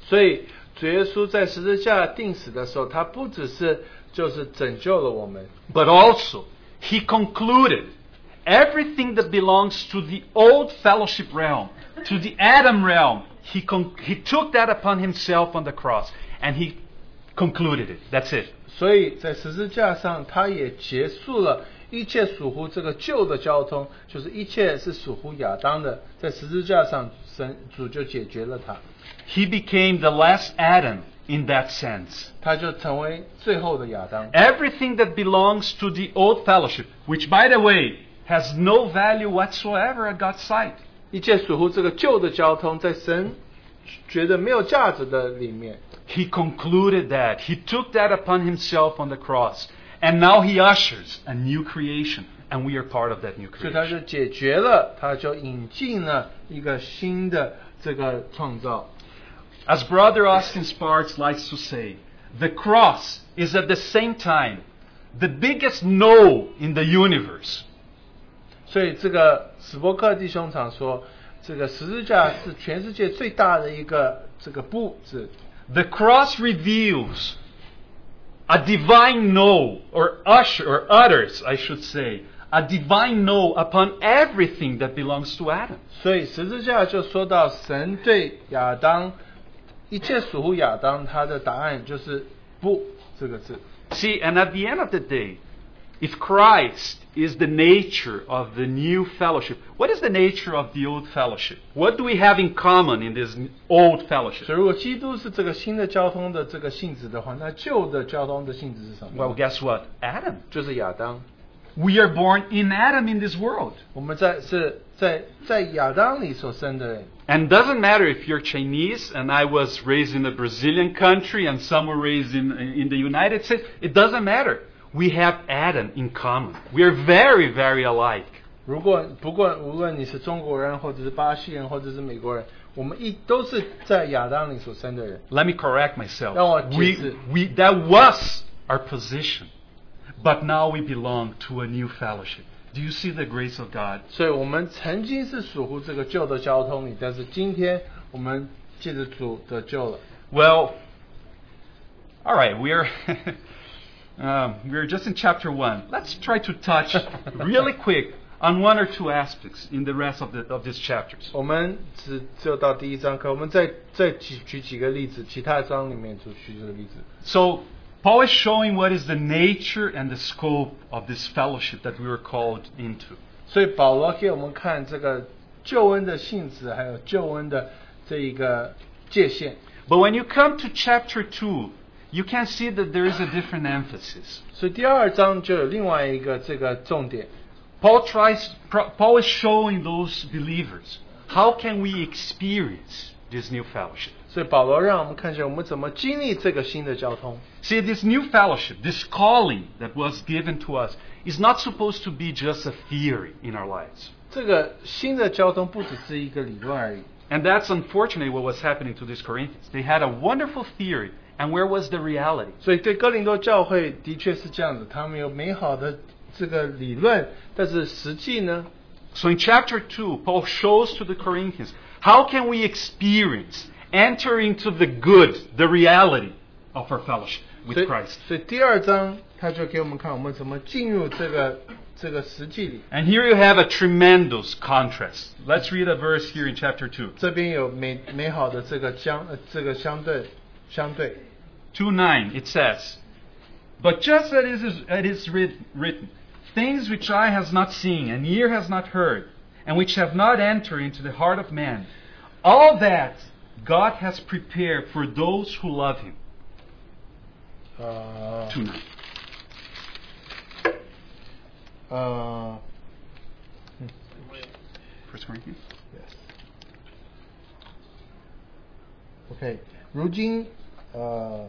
所以主耶稣在十字架定死的时候，他不只是就是拯救了我们， but also he concluded everything that belongs to the old fellowship realm, to the Adam realm. He, con- he took that upon himself on the cross and he concluded it. That's it. 所以在十字架上，他也结束了一切属乎这个旧的交通，就是一切是属乎亚当的，在十字架上，神主就解决了他， He became the last Adam in that sense. 他就成为最后的亚当。 Everything that belongs to the old fellowship, which by the way has no value whatsoever at God's sight, 一切属乎这个旧的交通，在神觉得没有价值的里面， He concluded that. He took that upon himself on the cross. And now he ushers a new creation. And we are part of that new 所以他就 creation. 解决了，他就引进了一个新的这个创造。 As Brother Austin Sparks likes to say, the cross is at the same time the biggest no in the universe. 所以这个史伯克弟兄常说，这个十字架是全世界最大的一个这个不字， The cross reveals a divine no, or usher, or utters, I should say, a divine no upon everything that belongs to Adam. 所以十字架就说到神对亚当一切属乎亚当，他的答案就是不这个字。 See, and at the end of the day, if Christ is the nature of the new fellowship, what is the nature of the old fellowship? What do we have in common in this n- old 所 fellowship? 以如果基督是这个新的交通的这个性质的话，那旧的交通的性质是什么 Well, guess what? Adam. 就是亚当。 We are born in Adam in this world. 我们在是在在亚当里所生的人， And doesn't matter if you're Chinese and I was raised in a Brazilian country and some were raised in, in the United States, it doesn't matter. We have Adam in common. We are very, very alike. 如果不过，无论你是中国人，或者是巴西人，或者是美国人，我们一都是在亚当里所生的人。 Let me correct myself. No, Jesus. we, we, that was our position, but now we belong to a new fellowship. Do you see the grace of God? 所以，我们曾经是属乎这个旧的交通里，但是今天我们借着主得救了。 Well, all right, we're um, we're just in chapter one. Let's try to touch really quick on one or two aspects in the rest of the, of these chapters. 我们只只有到第一章课，我们再再举举几个例子，其他章里面就举这个例子。 So Paul is showing what is the nature and the scope of this fellowship that we were called into. 所以保罗给我们看这个救恩的性质，还有救恩的这一个界限。 But when you come to chapter 2, you can see that there is a different emphasis. 所以第二章就有另外一个这个重点， Paul tries pro- Paul is showing those believers how can we experience this new fellowship. 所以保罗让我们看见我们怎么经历这个新的交通。 See, this new fellowship, this calling that was given to us, is not supposed to be just a theory in our lives. 这个新的交通不只是一个理论而已， And that's unfortunately what was happening to these Corinthians. They had a wonderful theory, and where was the reality? 所以对哥林多教会的确是这样子，他们有美好的这个理论，但是实际呢， So in chapter 2, Paul shows to the Corinthians how can we experience, enter into the good, the reality of our fellowship 所 with 以 Christ. 所以第二章他就给我们看我们怎么进入这个这个实际里。 And here you have a tremendous contrast. Let's read a verse here in chapter 2. 这边有美美好的这个相呃这个相对相对， 2 9, it says, But just as it is, it is writ- written, things which eye has not seen, and ear has not heard, and which have not entered into the heart of man, all that God has prepared for those who love Him. 呃2 9. 呃 First Corinthians. ，OK，如今呃，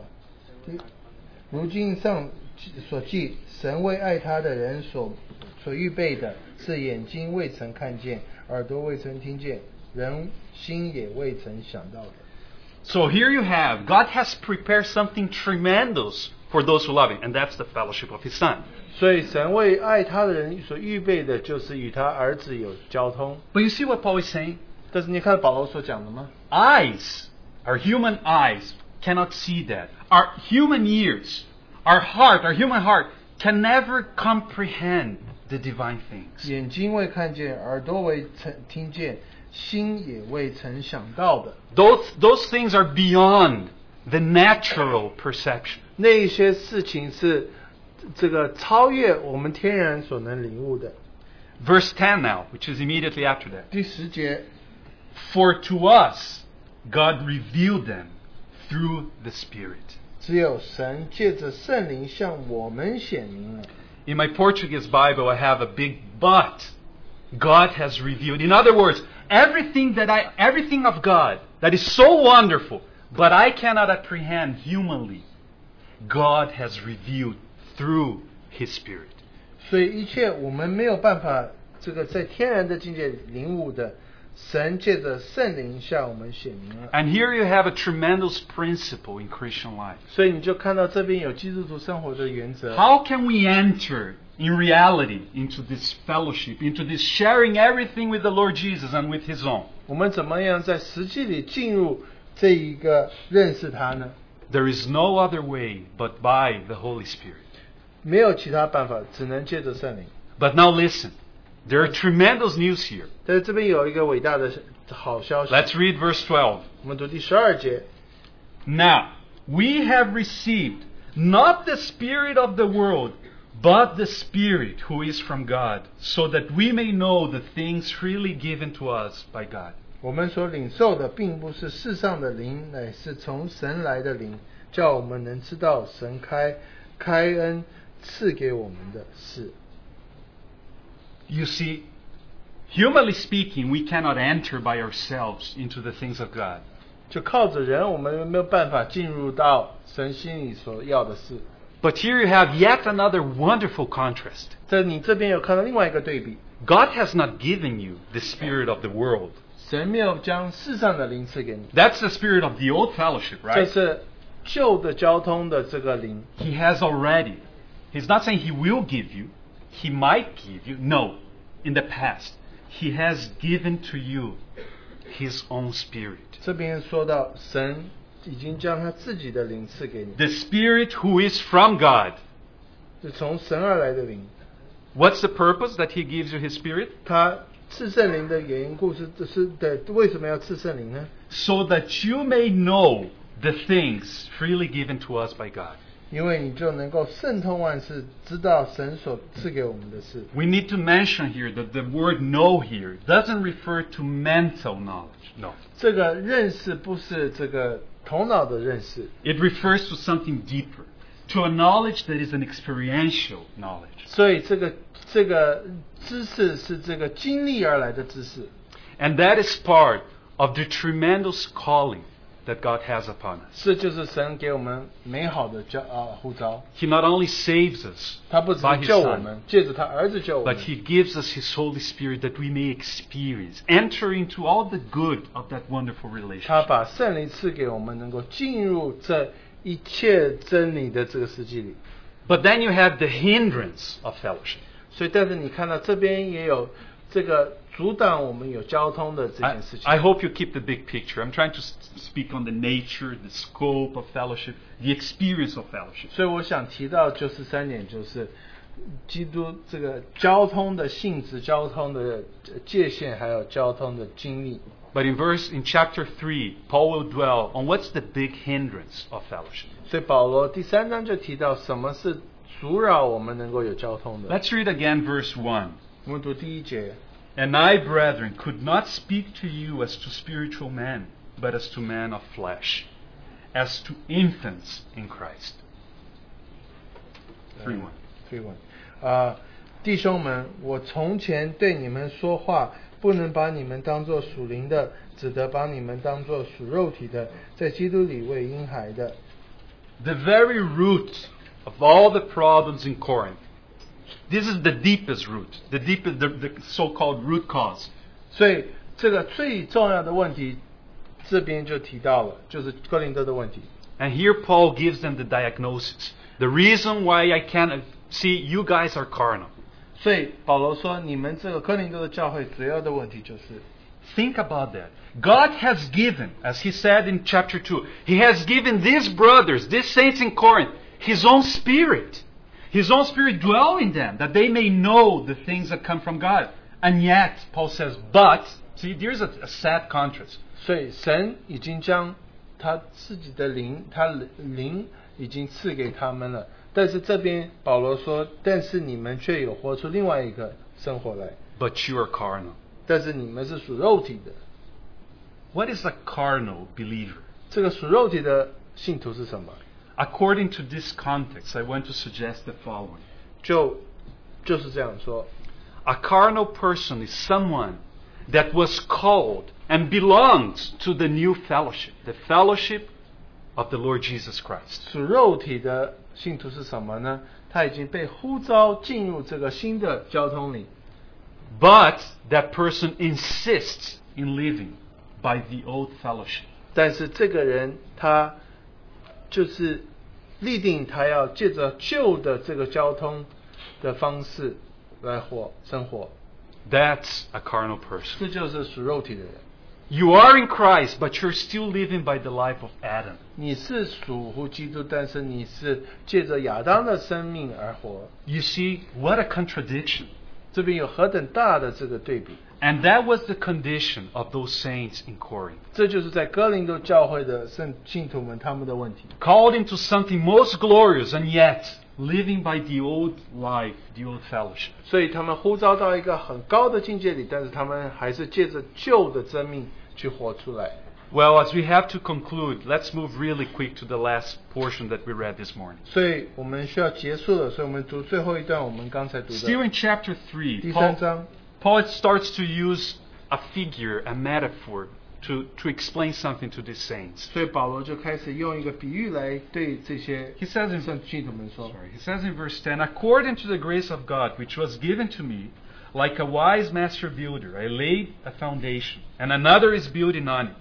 第如今上所记，神为爱他的人所所预备的，是眼睛未曾看见，耳朵未曾听见，人心也未曾想到的。 So here you have, God has prepared something tremendous for those who love Him, and that's the fellowship of His Son. 所以神为爱他的人所预备的，就是与他儿子有交通。 But you see what Paul is saying? 但是你看保罗所讲的吗？ eyes, our human eyes, cannot see that. Our human ears, our heart, our human heart can never comprehend the divine things. 眼睛未看见，耳朵未曾听见，心也未曾想到的。 Those, those things are beyond the natural perception. 那一些事情是这个超越我们天然所能领悟的。 Verse 10 now, which is immediately after that. 第十节， For to us, God revealed them through the Spirit. 只有神借着圣灵向我们显明了。 In my Portuguese Bible, I have a big but. God has revealed. In other words, everything that I, everything of God that is so wonderful, but I cannot apprehend humanly, God has revealed through His Spirit. 所以一切我们没有办法这个在天然的境界领悟的，神借着圣灵向我们显明了。 And here you have a tremendous principle in Christian life. 所以你就看到这边有基督徒生活的原则。 How can we enter in reality into this fellowship, into this sharing everything with the Lord Jesus and with His own? 我们怎么样在实际里进入这一个认识他呢？ There is no other way but by the Holy Spirit. 没有其他办法，只能借着圣灵。 But now listen, there are tremendous news here. 但是这边有一个伟大的好消息， Let's read verse 12. 我们读第十二节。 Now, we have received not the Spirit of the world, but the Spirit who is from God, so that we may know the things freely given to us by God. 我们所领受的并不是世上的灵，乃是从神来的灵，叫我们能知道神开开恩赐给我们的事。 You see, humanly speaking, we cannot enter by ourselves into the things of God. 就靠着人，我们没有办法进入到神心里所要的事。 But here you have yet another wonderful contrast. 在你这边有看到另外一个对比， God has not given you the spirit of the world. 神没有将世上的灵赐给你， That's the spirit of the old fellowship, 这 right? 是旧的交通的这个灵， He has already. He's not saying he will give you, he might give you. No, in the past, he has given to you his own spirit. 这边说到神已经将他自己的灵赐给你， The spirit who is from God. 是从神而来的灵。 What's the purpose that he gives you his spirit? 他赐圣灵的原因故事，这是的为什么要赐圣灵呢？ So that you may know the things freely given to us by God. 因为你就能够胜通万事，知道神所赐给我们的事。 We need to mention here that the word know here doesn't refer to mental knowledge. No. 这个认识不是这个头脑的认识， It refers to something deeper, to a knowledge that is an experiential knowledge. 所以这个这个知识是这个经历而来的知识， And that is part of the tremendous calling that God has upon us. 这就是神给我们美好的教啊护照。 He not only saves us, 他不只 By his 是救我 son. 们，借着他儿子救我 but 们， He gives us His Holy Spirit that we may experience, enter into all the good of that wonderful 他 relationship. 把圣灵赐给我们，能够进入这一切真理的这个世纪里。 But then you have the hindrance of fellowship. 所以，但是你看到这边也有这个阻挡我们有交通的这 I, 件事情。 I hope you keep the big picture. I'm trying to s- speak on the nature, the scope of fellowship, the experience of fellowship. 所以我想提到就是三点，就是基督这个交通的性质、交通的界限，还有交通的经历。 But in verse in chapter 3, Paul will dwell on what's the big hindrance of fellowship. 所以保罗第三章就提到什么是阻扰我们能够有交通的。 Let's read again verse 1. 我们读第一节， And I, brethren, could not speak to you as to spiritual men, but as to men of flesh, as to infants in Christ. 3 1. 推文啊，弟兄们，我从前对你们说话，不能把你们当作属灵的，只得把你们当作属肉体的，在基督里为婴孩的。 The very root of all the problems in Corinth. This is the deepest root, the deepest, the, the so called root cause. 所以这个最重要的问题，这边就提到了，就是哥林多的问题。 And here Paul gives them the diagnosis. The reason why I can't see you guys are carnal. 所以保罗说，你们这个哥林多的教会主要的问题就是， Think about that. God has given, as he said in chapter 2, he has given these brothers, these saints in Corinth, his own spirit. His own spirit dwell in them, that they may know the things that come from God. And yet, Paul says, but, see, there's a, a sad contrast. 所以神已经将他自己的灵，他灵已经赐给他们了。但是这边保罗说，但是你们却有活出另外一个生活来， But you are carnal. 但是你们是属肉体的。 What is a carnal believer? 这个属肉体的信徒是什么？ According to this context, I want to suggest the following. 就就是这样说， A carnal person is someone that was called and belongs to the new fellowship, the fellowship of the Lord Jesus Christ. 属肉体的信徒是什么呢？他已经被呼召进入这个新的交通里， But that person insists in living by the old fellowship. 但是这个人他就是立定他要借着旧的这个交通的方式来活生活， That's a carnal 这 person. 就是属肉体的人。 You are in Christ, but you're still living by the life of Adam. 你是属乎基督，但是你是借着亚当的生命而活。 You see, what a contradiction. 这边有何等大的这个对比？ And that was the condition of those saints in Corinth. 这就是在哥林多教会的圣信徒们他们的问题。 called into something most glorious and yet living by the old life, the old fellowship. 所以他们呼召到一个很高的境界里，但是他们还是借着旧的生命去活出来。 Well, as we have to conclude, let's move really quick to the last portion that we read this morning. 所以我们需要结束了，所以我们读最后一段，我们刚才读 Still 的 in chapter 3, 第三 Paul, 章， Paul starts to use a figure, a metaphor, to, to explain something to these saints. 所以保罗就开始用一个比喻来对这些 He 呃 says in 圣信徒们说， Sorry. He says in verse 10 According to the grace of God, which was given to me, like a wise master builder, I laid a foundation, and another is building on it.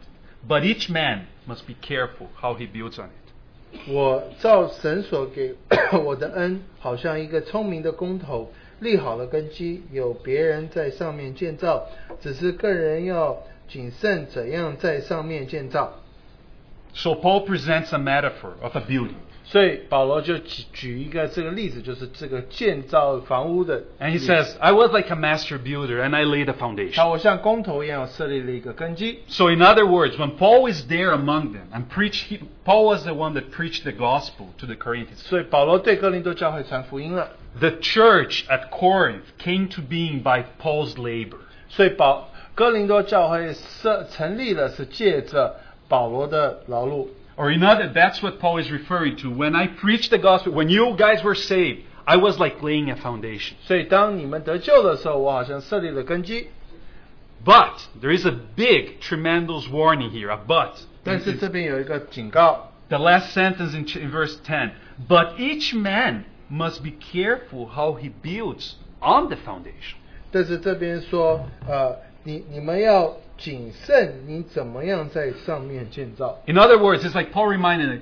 But each man must be careful how he builds on it. 我照神所给我的恩，好像一个聪明的工头，立好了根基，有别人在上面建造，只是个人要谨慎怎样在上面建造。 So Paul presents a metaphor of a building. 所以保罗就举举一个这个例子，就是这个建造房屋的 And 例 he 子 says, I was like a master builder and I laid a foundation. 好，我像工头一样我设立了一个根基。 So, in other words, when Paul was there among them and preached, he, Paul was the one that preached the gospel to the Corinthians. 所以保罗对哥林多教会传福音了。 The church at Corinth came to being by Paul's labor. 所以保哥林多教会设成立了，是借着保罗的劳碌。 Or in other, that's what Paul is referring to. When I preached the gospel, when you guys were saved, I was like laying a foundation. 所以当你们得救的时候，我好像设立了根基。 But there is a big, tremendous warning here, a but. 但是这边有一个警告， The last sentence in, ch- in verse 10 But each man must be careful how he builds on the foundation. 但是这边说，呃，你你们要谨慎，你怎么样在上面建造？ In other words, it's like Paul reminded them,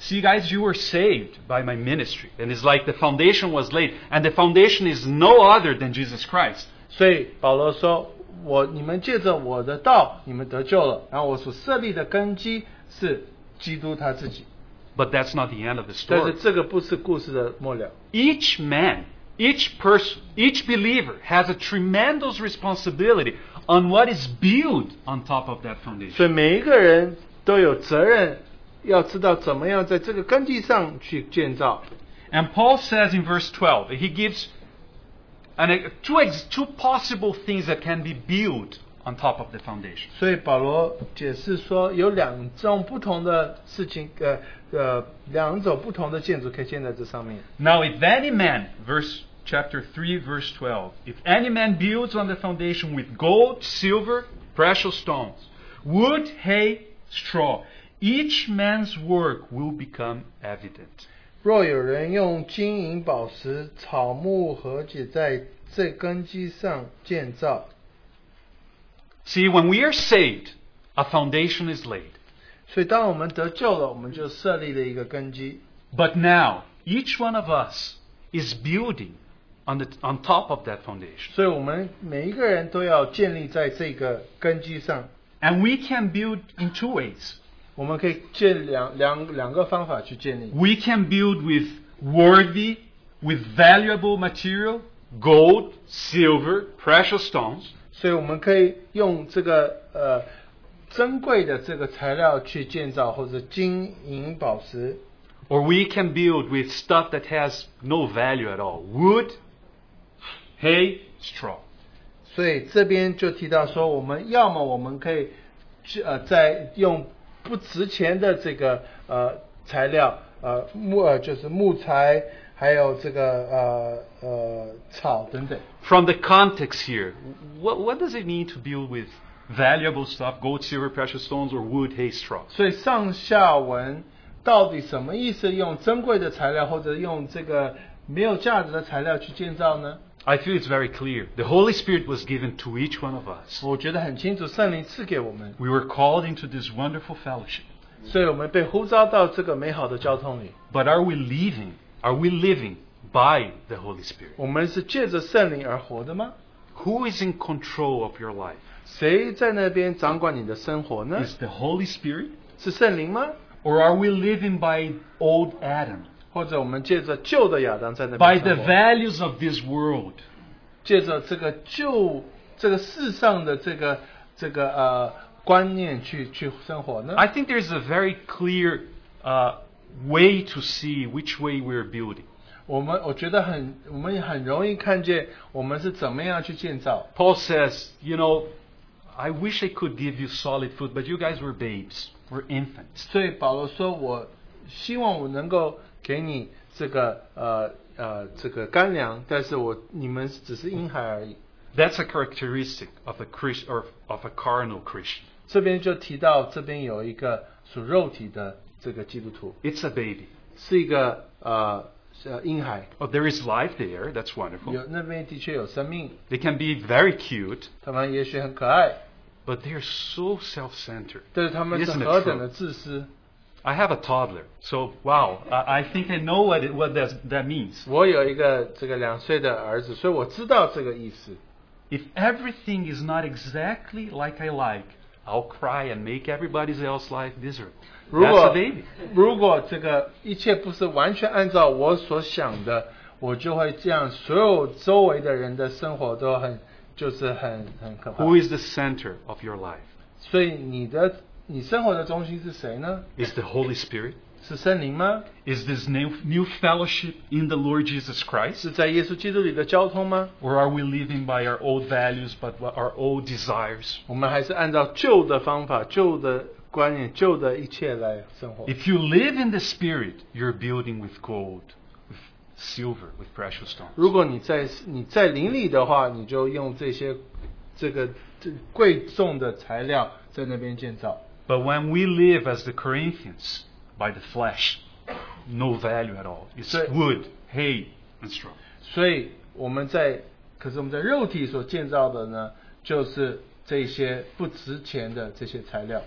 see guys, you were saved by my ministry. And it's like the foundation was laid, and the foundation is no other than Jesus Christ. 所以保罗说，我你们借着我的道，你们得救了。然后我所设立的根基是基督他自己。 But that's not the end of the 但是 story. 这个不是故事的末了。 Each man, each person, each believer has a tremendous responsibility on what is built on top of that 所 foundation. 以每一个人都有责任，要知道怎么样在这个根基上去建造。 And Paul says in verse 12, he gives an, two, ex, two possible things that can be built on top of the foundation. 所以保罗解释说，有两种不同的事情，呃呃，两种不同的建筑可以建在这上面。 Now, if any man, verse chapter 3, verse 12, if any man builds on the foundation with gold, silver, precious stones, wood, hay, straw, each man's work will become evident. 若有人用金银宝石、草木和解在这根基上建造， See, when we are saved, a foundation is laid. 所以当我们得救了，我们就设立了一个根基。 But now, each one of us is building on, the, on top of that foundation. 所以我们每一个人都要建立在这个根基上。 And we can build in two ways. 我们可以建两两两个方法去建立。 We can build with worthy, with valuable material, gold, silver, precious stones. 所以我们可以用这个呃珍贵的这个材料去建造，或者金银宝石， Or we can build with stuff that has no value at all wood, hay, straw. 所以这边就提到说，我们要么我们可以去呃在用不值钱的这个呃材料，呃木呃就是木材，还有这个呃呃草等等。 From the context here, what, what does it mean to build with valuable stuff, gold, silver, precious stones, or wood, hay, straw? 所以上下文到底什么意思？用珍贵的材料或者用这个没有价值的材料去建造呢？ I feel it's very clear. The Holy Spirit was given to each one of us. 我觉得很清楚，圣灵赐给我们， We were called into this wonderful fellowship. 所以我们被呼召到这个美好的交通里。 But are we living? Are we living by the Holy Spirit? 我们是借着圣灵而活的吗？ Who is in control of your life? 谁在那边掌管你的生活呢？ Is the Holy Spirit? 是圣灵吗？ Or are we living by old Adam? 或者我们借着旧的亚当在那 By 边 the 生活， values of this world? 借着这个旧这个世上的这个这个呃观念去去生活呢？ I think there's a very clear uh, way to see which way we're building. 我们我觉得很，我们很容易看见我们是怎么样去建造。 Paul says, you know, I wish I could give you solid food, but you guys were babes, were infants. 所以保罗说：“我希望我能够给你这个呃呃这个干粮，但是我你们只是婴孩而已。 That's a characteristic of a Christ, or of a carnal Christian. ”这边就提到这边有一个属肉体的这个基督徒， It's a baby. 是一个呃是呃婴孩， Oh, there is life there. That's wonderful. 有那边的确有生命， They can be very cute, 他们也许很可爱， but they're so self-centered. 但是他们是 Isn't it 何等的 true? 自私。 I have a toddler, so wow, I, I think I know what it, what that, that means. 我有一个这个两岁的儿子，所以我知道这个意思。 If everything is not exactly like I like, I'll cry and make everybody else's life miserable. 如 That's the 果 baby. 如果这个一切不是完全按照我所想的，我就会这样，所有周围的人的生活都很就是很很可怕。 Who is the center of your life? 所以你的你生活的中心是谁呢？ Is the Holy Spirit? 是圣灵吗？ Is this new, new fellowship in the Lord Jesus 是 Christ? 在耶稣基督里的交通吗？ Or are we living by our old values, but what- our old desires? 我们还是按照旧的方法、旧的观念、旧的一切来生活。 If you live in the Spirit, you're building with gold, with silver, with precious stones. 如果你在你在林里的话，你就用这些这个这贵重的材料在那边建造。 But when we live as the Corinthians, by the flesh, no value at all. It's So- wood, hay, and straw. 所以我们在，可是我们在肉体所建造的呢，就是这些不值钱的这些材料。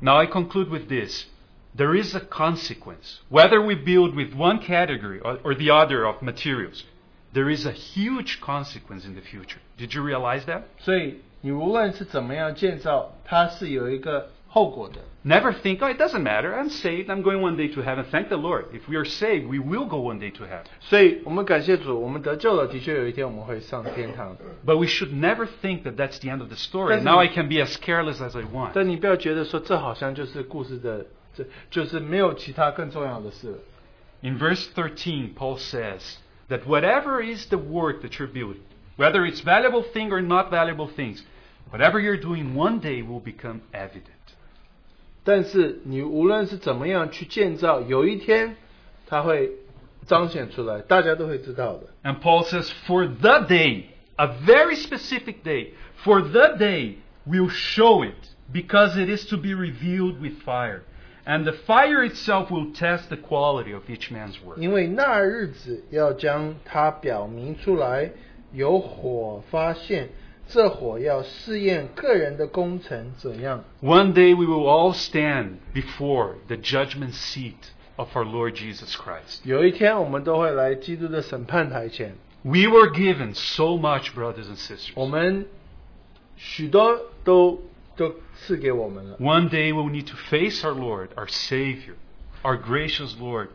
Now I conclude with this. There is a consequence. Whether we build with one category or, or the other of materials, there is a huge consequence in the future. Did you realize that? 所以你无论是怎么样建造，它是有一个后果的。 Never think, oh, it doesn't matter. I'm saved. I'm going one day to heaven. Thank the Lord. If we are saved, we will go one day to heaven. 所以我们感谢主，我们得救了，的确有一天我们会上天堂。 But we should never think that that's the end of the story. Doesn't- Now I can be as careless as I want. 但你不要觉得说这好像就是故事的，这就是没有其他更重要的事了。 In verse 13, Paul says that whatever is the work that you're building, whether it's valuable thing or not valuable things, whatever you're doing one day will become evident. 但是你无论是怎么样去建造，有一天它会彰显出来，大家都会知道的。 And Paul says, for the day, a very specific day, for the day will show it because it is to be revealed with fire. And the fire itself will test the quality of each man's work. 因为那日子要将它表明出来，有火发现，这火要试验个人的工程怎样。 One day we will all stand before the judgment seat of our Lord Jesus Christ. 有一天我们都会来基督的审判台前， We were given so much, brothers and 我 sisters. 们许多都都赐给我们了。 One day we'll need to face our Lord, our Savior, our gracious Lord.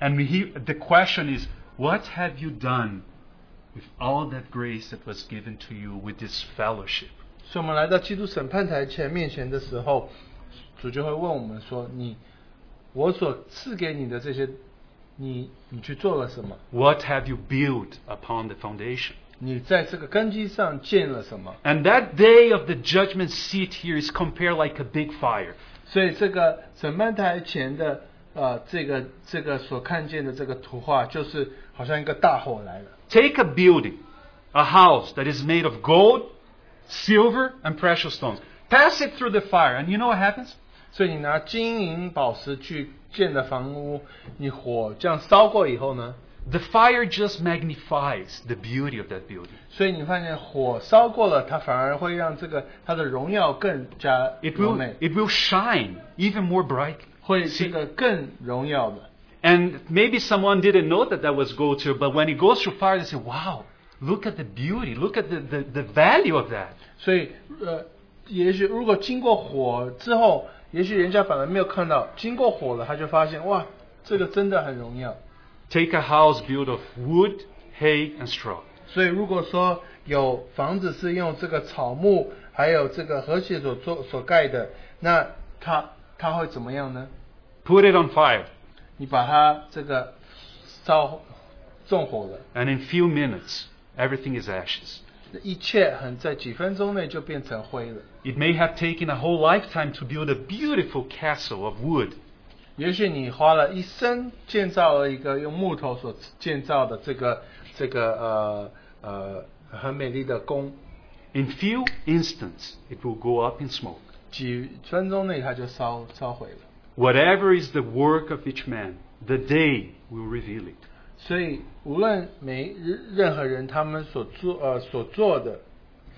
And he, the question is, what have you done with all that grace that was given to you with this fellowship? 所以我们来到基督审判台前面前的时候，主就会问我们说：“你，我所赐给你的这些，你你去做了什么？ What have you built upon the foundation? 你在这个根基上建了什么？” And that day of the judgment seat here is compared like a big fire. 所以这个审判台前的呃，这个这个所看见的这个图画，就是好像一个大火来了。 Take a building, a house that is made of gold, silver, and precious stones. Pass it through the fire, and you know what happens? 所以你拿金银宝石去建的房屋，你火这样烧过以后呢， The fire just magnifies the beauty of that building. 所以你发现火烧过了，它反而会让这个它的荣耀更加 It 柔 will, 美， it will shine even more brightly. 会 See? 这个更荣耀的。 And maybe someone didn't know that that was gold too, but when it goes through fire, they say, wow, look at the beauty, look at the, the, the value of that. 所以呃，也许如果经过火之后，也许人家反而没有看到，经过火了，他就发现哇，这个真的很荣耀。 Take a house built of wood, hay, and straw. 所以如果说有房子是用这个草木还有这个和谐所做所盖的，那它它会怎么样呢？ Put it on fire, 你把它这个烧纵火了， and in few minutes, everything is ashes. 一切很在几分钟内就变成灰了。 It may have taken a whole lifetime to build a beautiful castle of wood, 也许你花了一生建造了一个用木头所建造的这个这个呃呃很美丽的宫， In few instants, it will go up in smoke. 几分钟内它就烧烧毁了。 Whatever is the work of each man, the day will reveal it. 所以，无论每任任何人，他们所做呃所做的，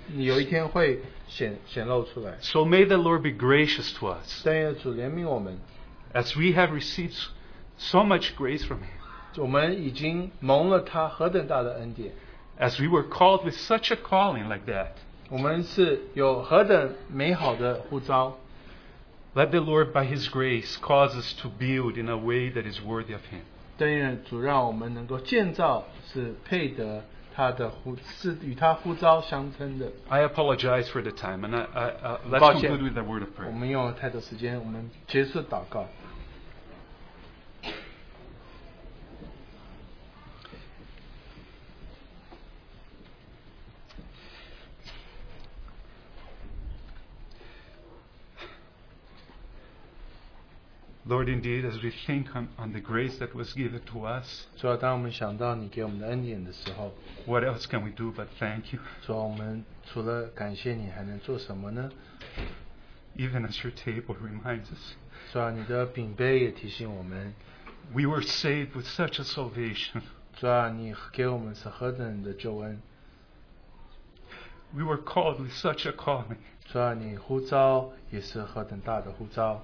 你有一天会显显露出来。 So may the Lord be gracious to us, 但愿主怜悯我们， as we have received so much grace from Him, 我们已经蒙了他何等大的恩典， as we were called with such a calling like that. 我们是有何等美好的呼召！ Let the Lord, by His grace, cause us to build in a way that is worthy of Him. 但愿主让我们能够建造是配得他的呼，是与他呼召相称的。 I apologize for the time, and I, I, uh, let's 抱歉。 conclude with a word of 我 prayer. 们用了太多时间，我们结束祷告。 Lord, indeed, as we think on, on the grace that was given to us, 主啊要当我们想到你给我们的恩典的时候， what else can we do but thank you, 主要我们除了感谢你，还能做什么呢？ even as your table reminds us? 主要你的饼杯也提醒我们， We were saved with such a salvation. 主要你给我们是何等的救恩， We were called with such a calling. 主要你呼召也是何等大的呼召。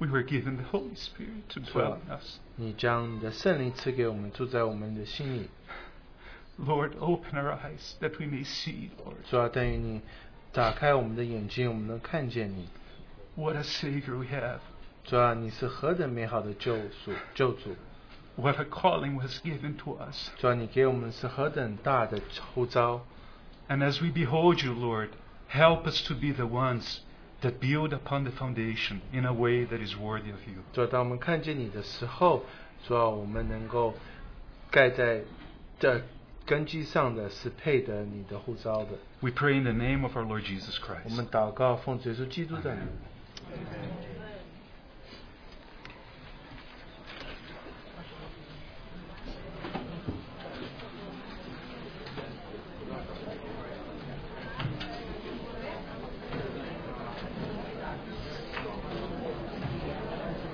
We were given the Holy Spirit to dwell in us. 你将你的圣灵赐给我们，住在我们的心里。 Lord, open our eyes that we may see, Lord, 主要但愿你打开我们的眼睛，我们能看见你。 what a Savior we have, 主要你是何等美好的救赎救主。 what a calling was given to us. 主要你给我们是何等大的呼召。 And as we behold you, Lord, help us to be the ones that build upon the foundation in a way that is worthy of you. 主要啊当我们看见你的时候，主要我们能够盖在这根基上的是配得你的护照的。 We pray in the name of our Lord Jesus 我 Christ. 们祷告，奉主耶稣基督的名。 Amen.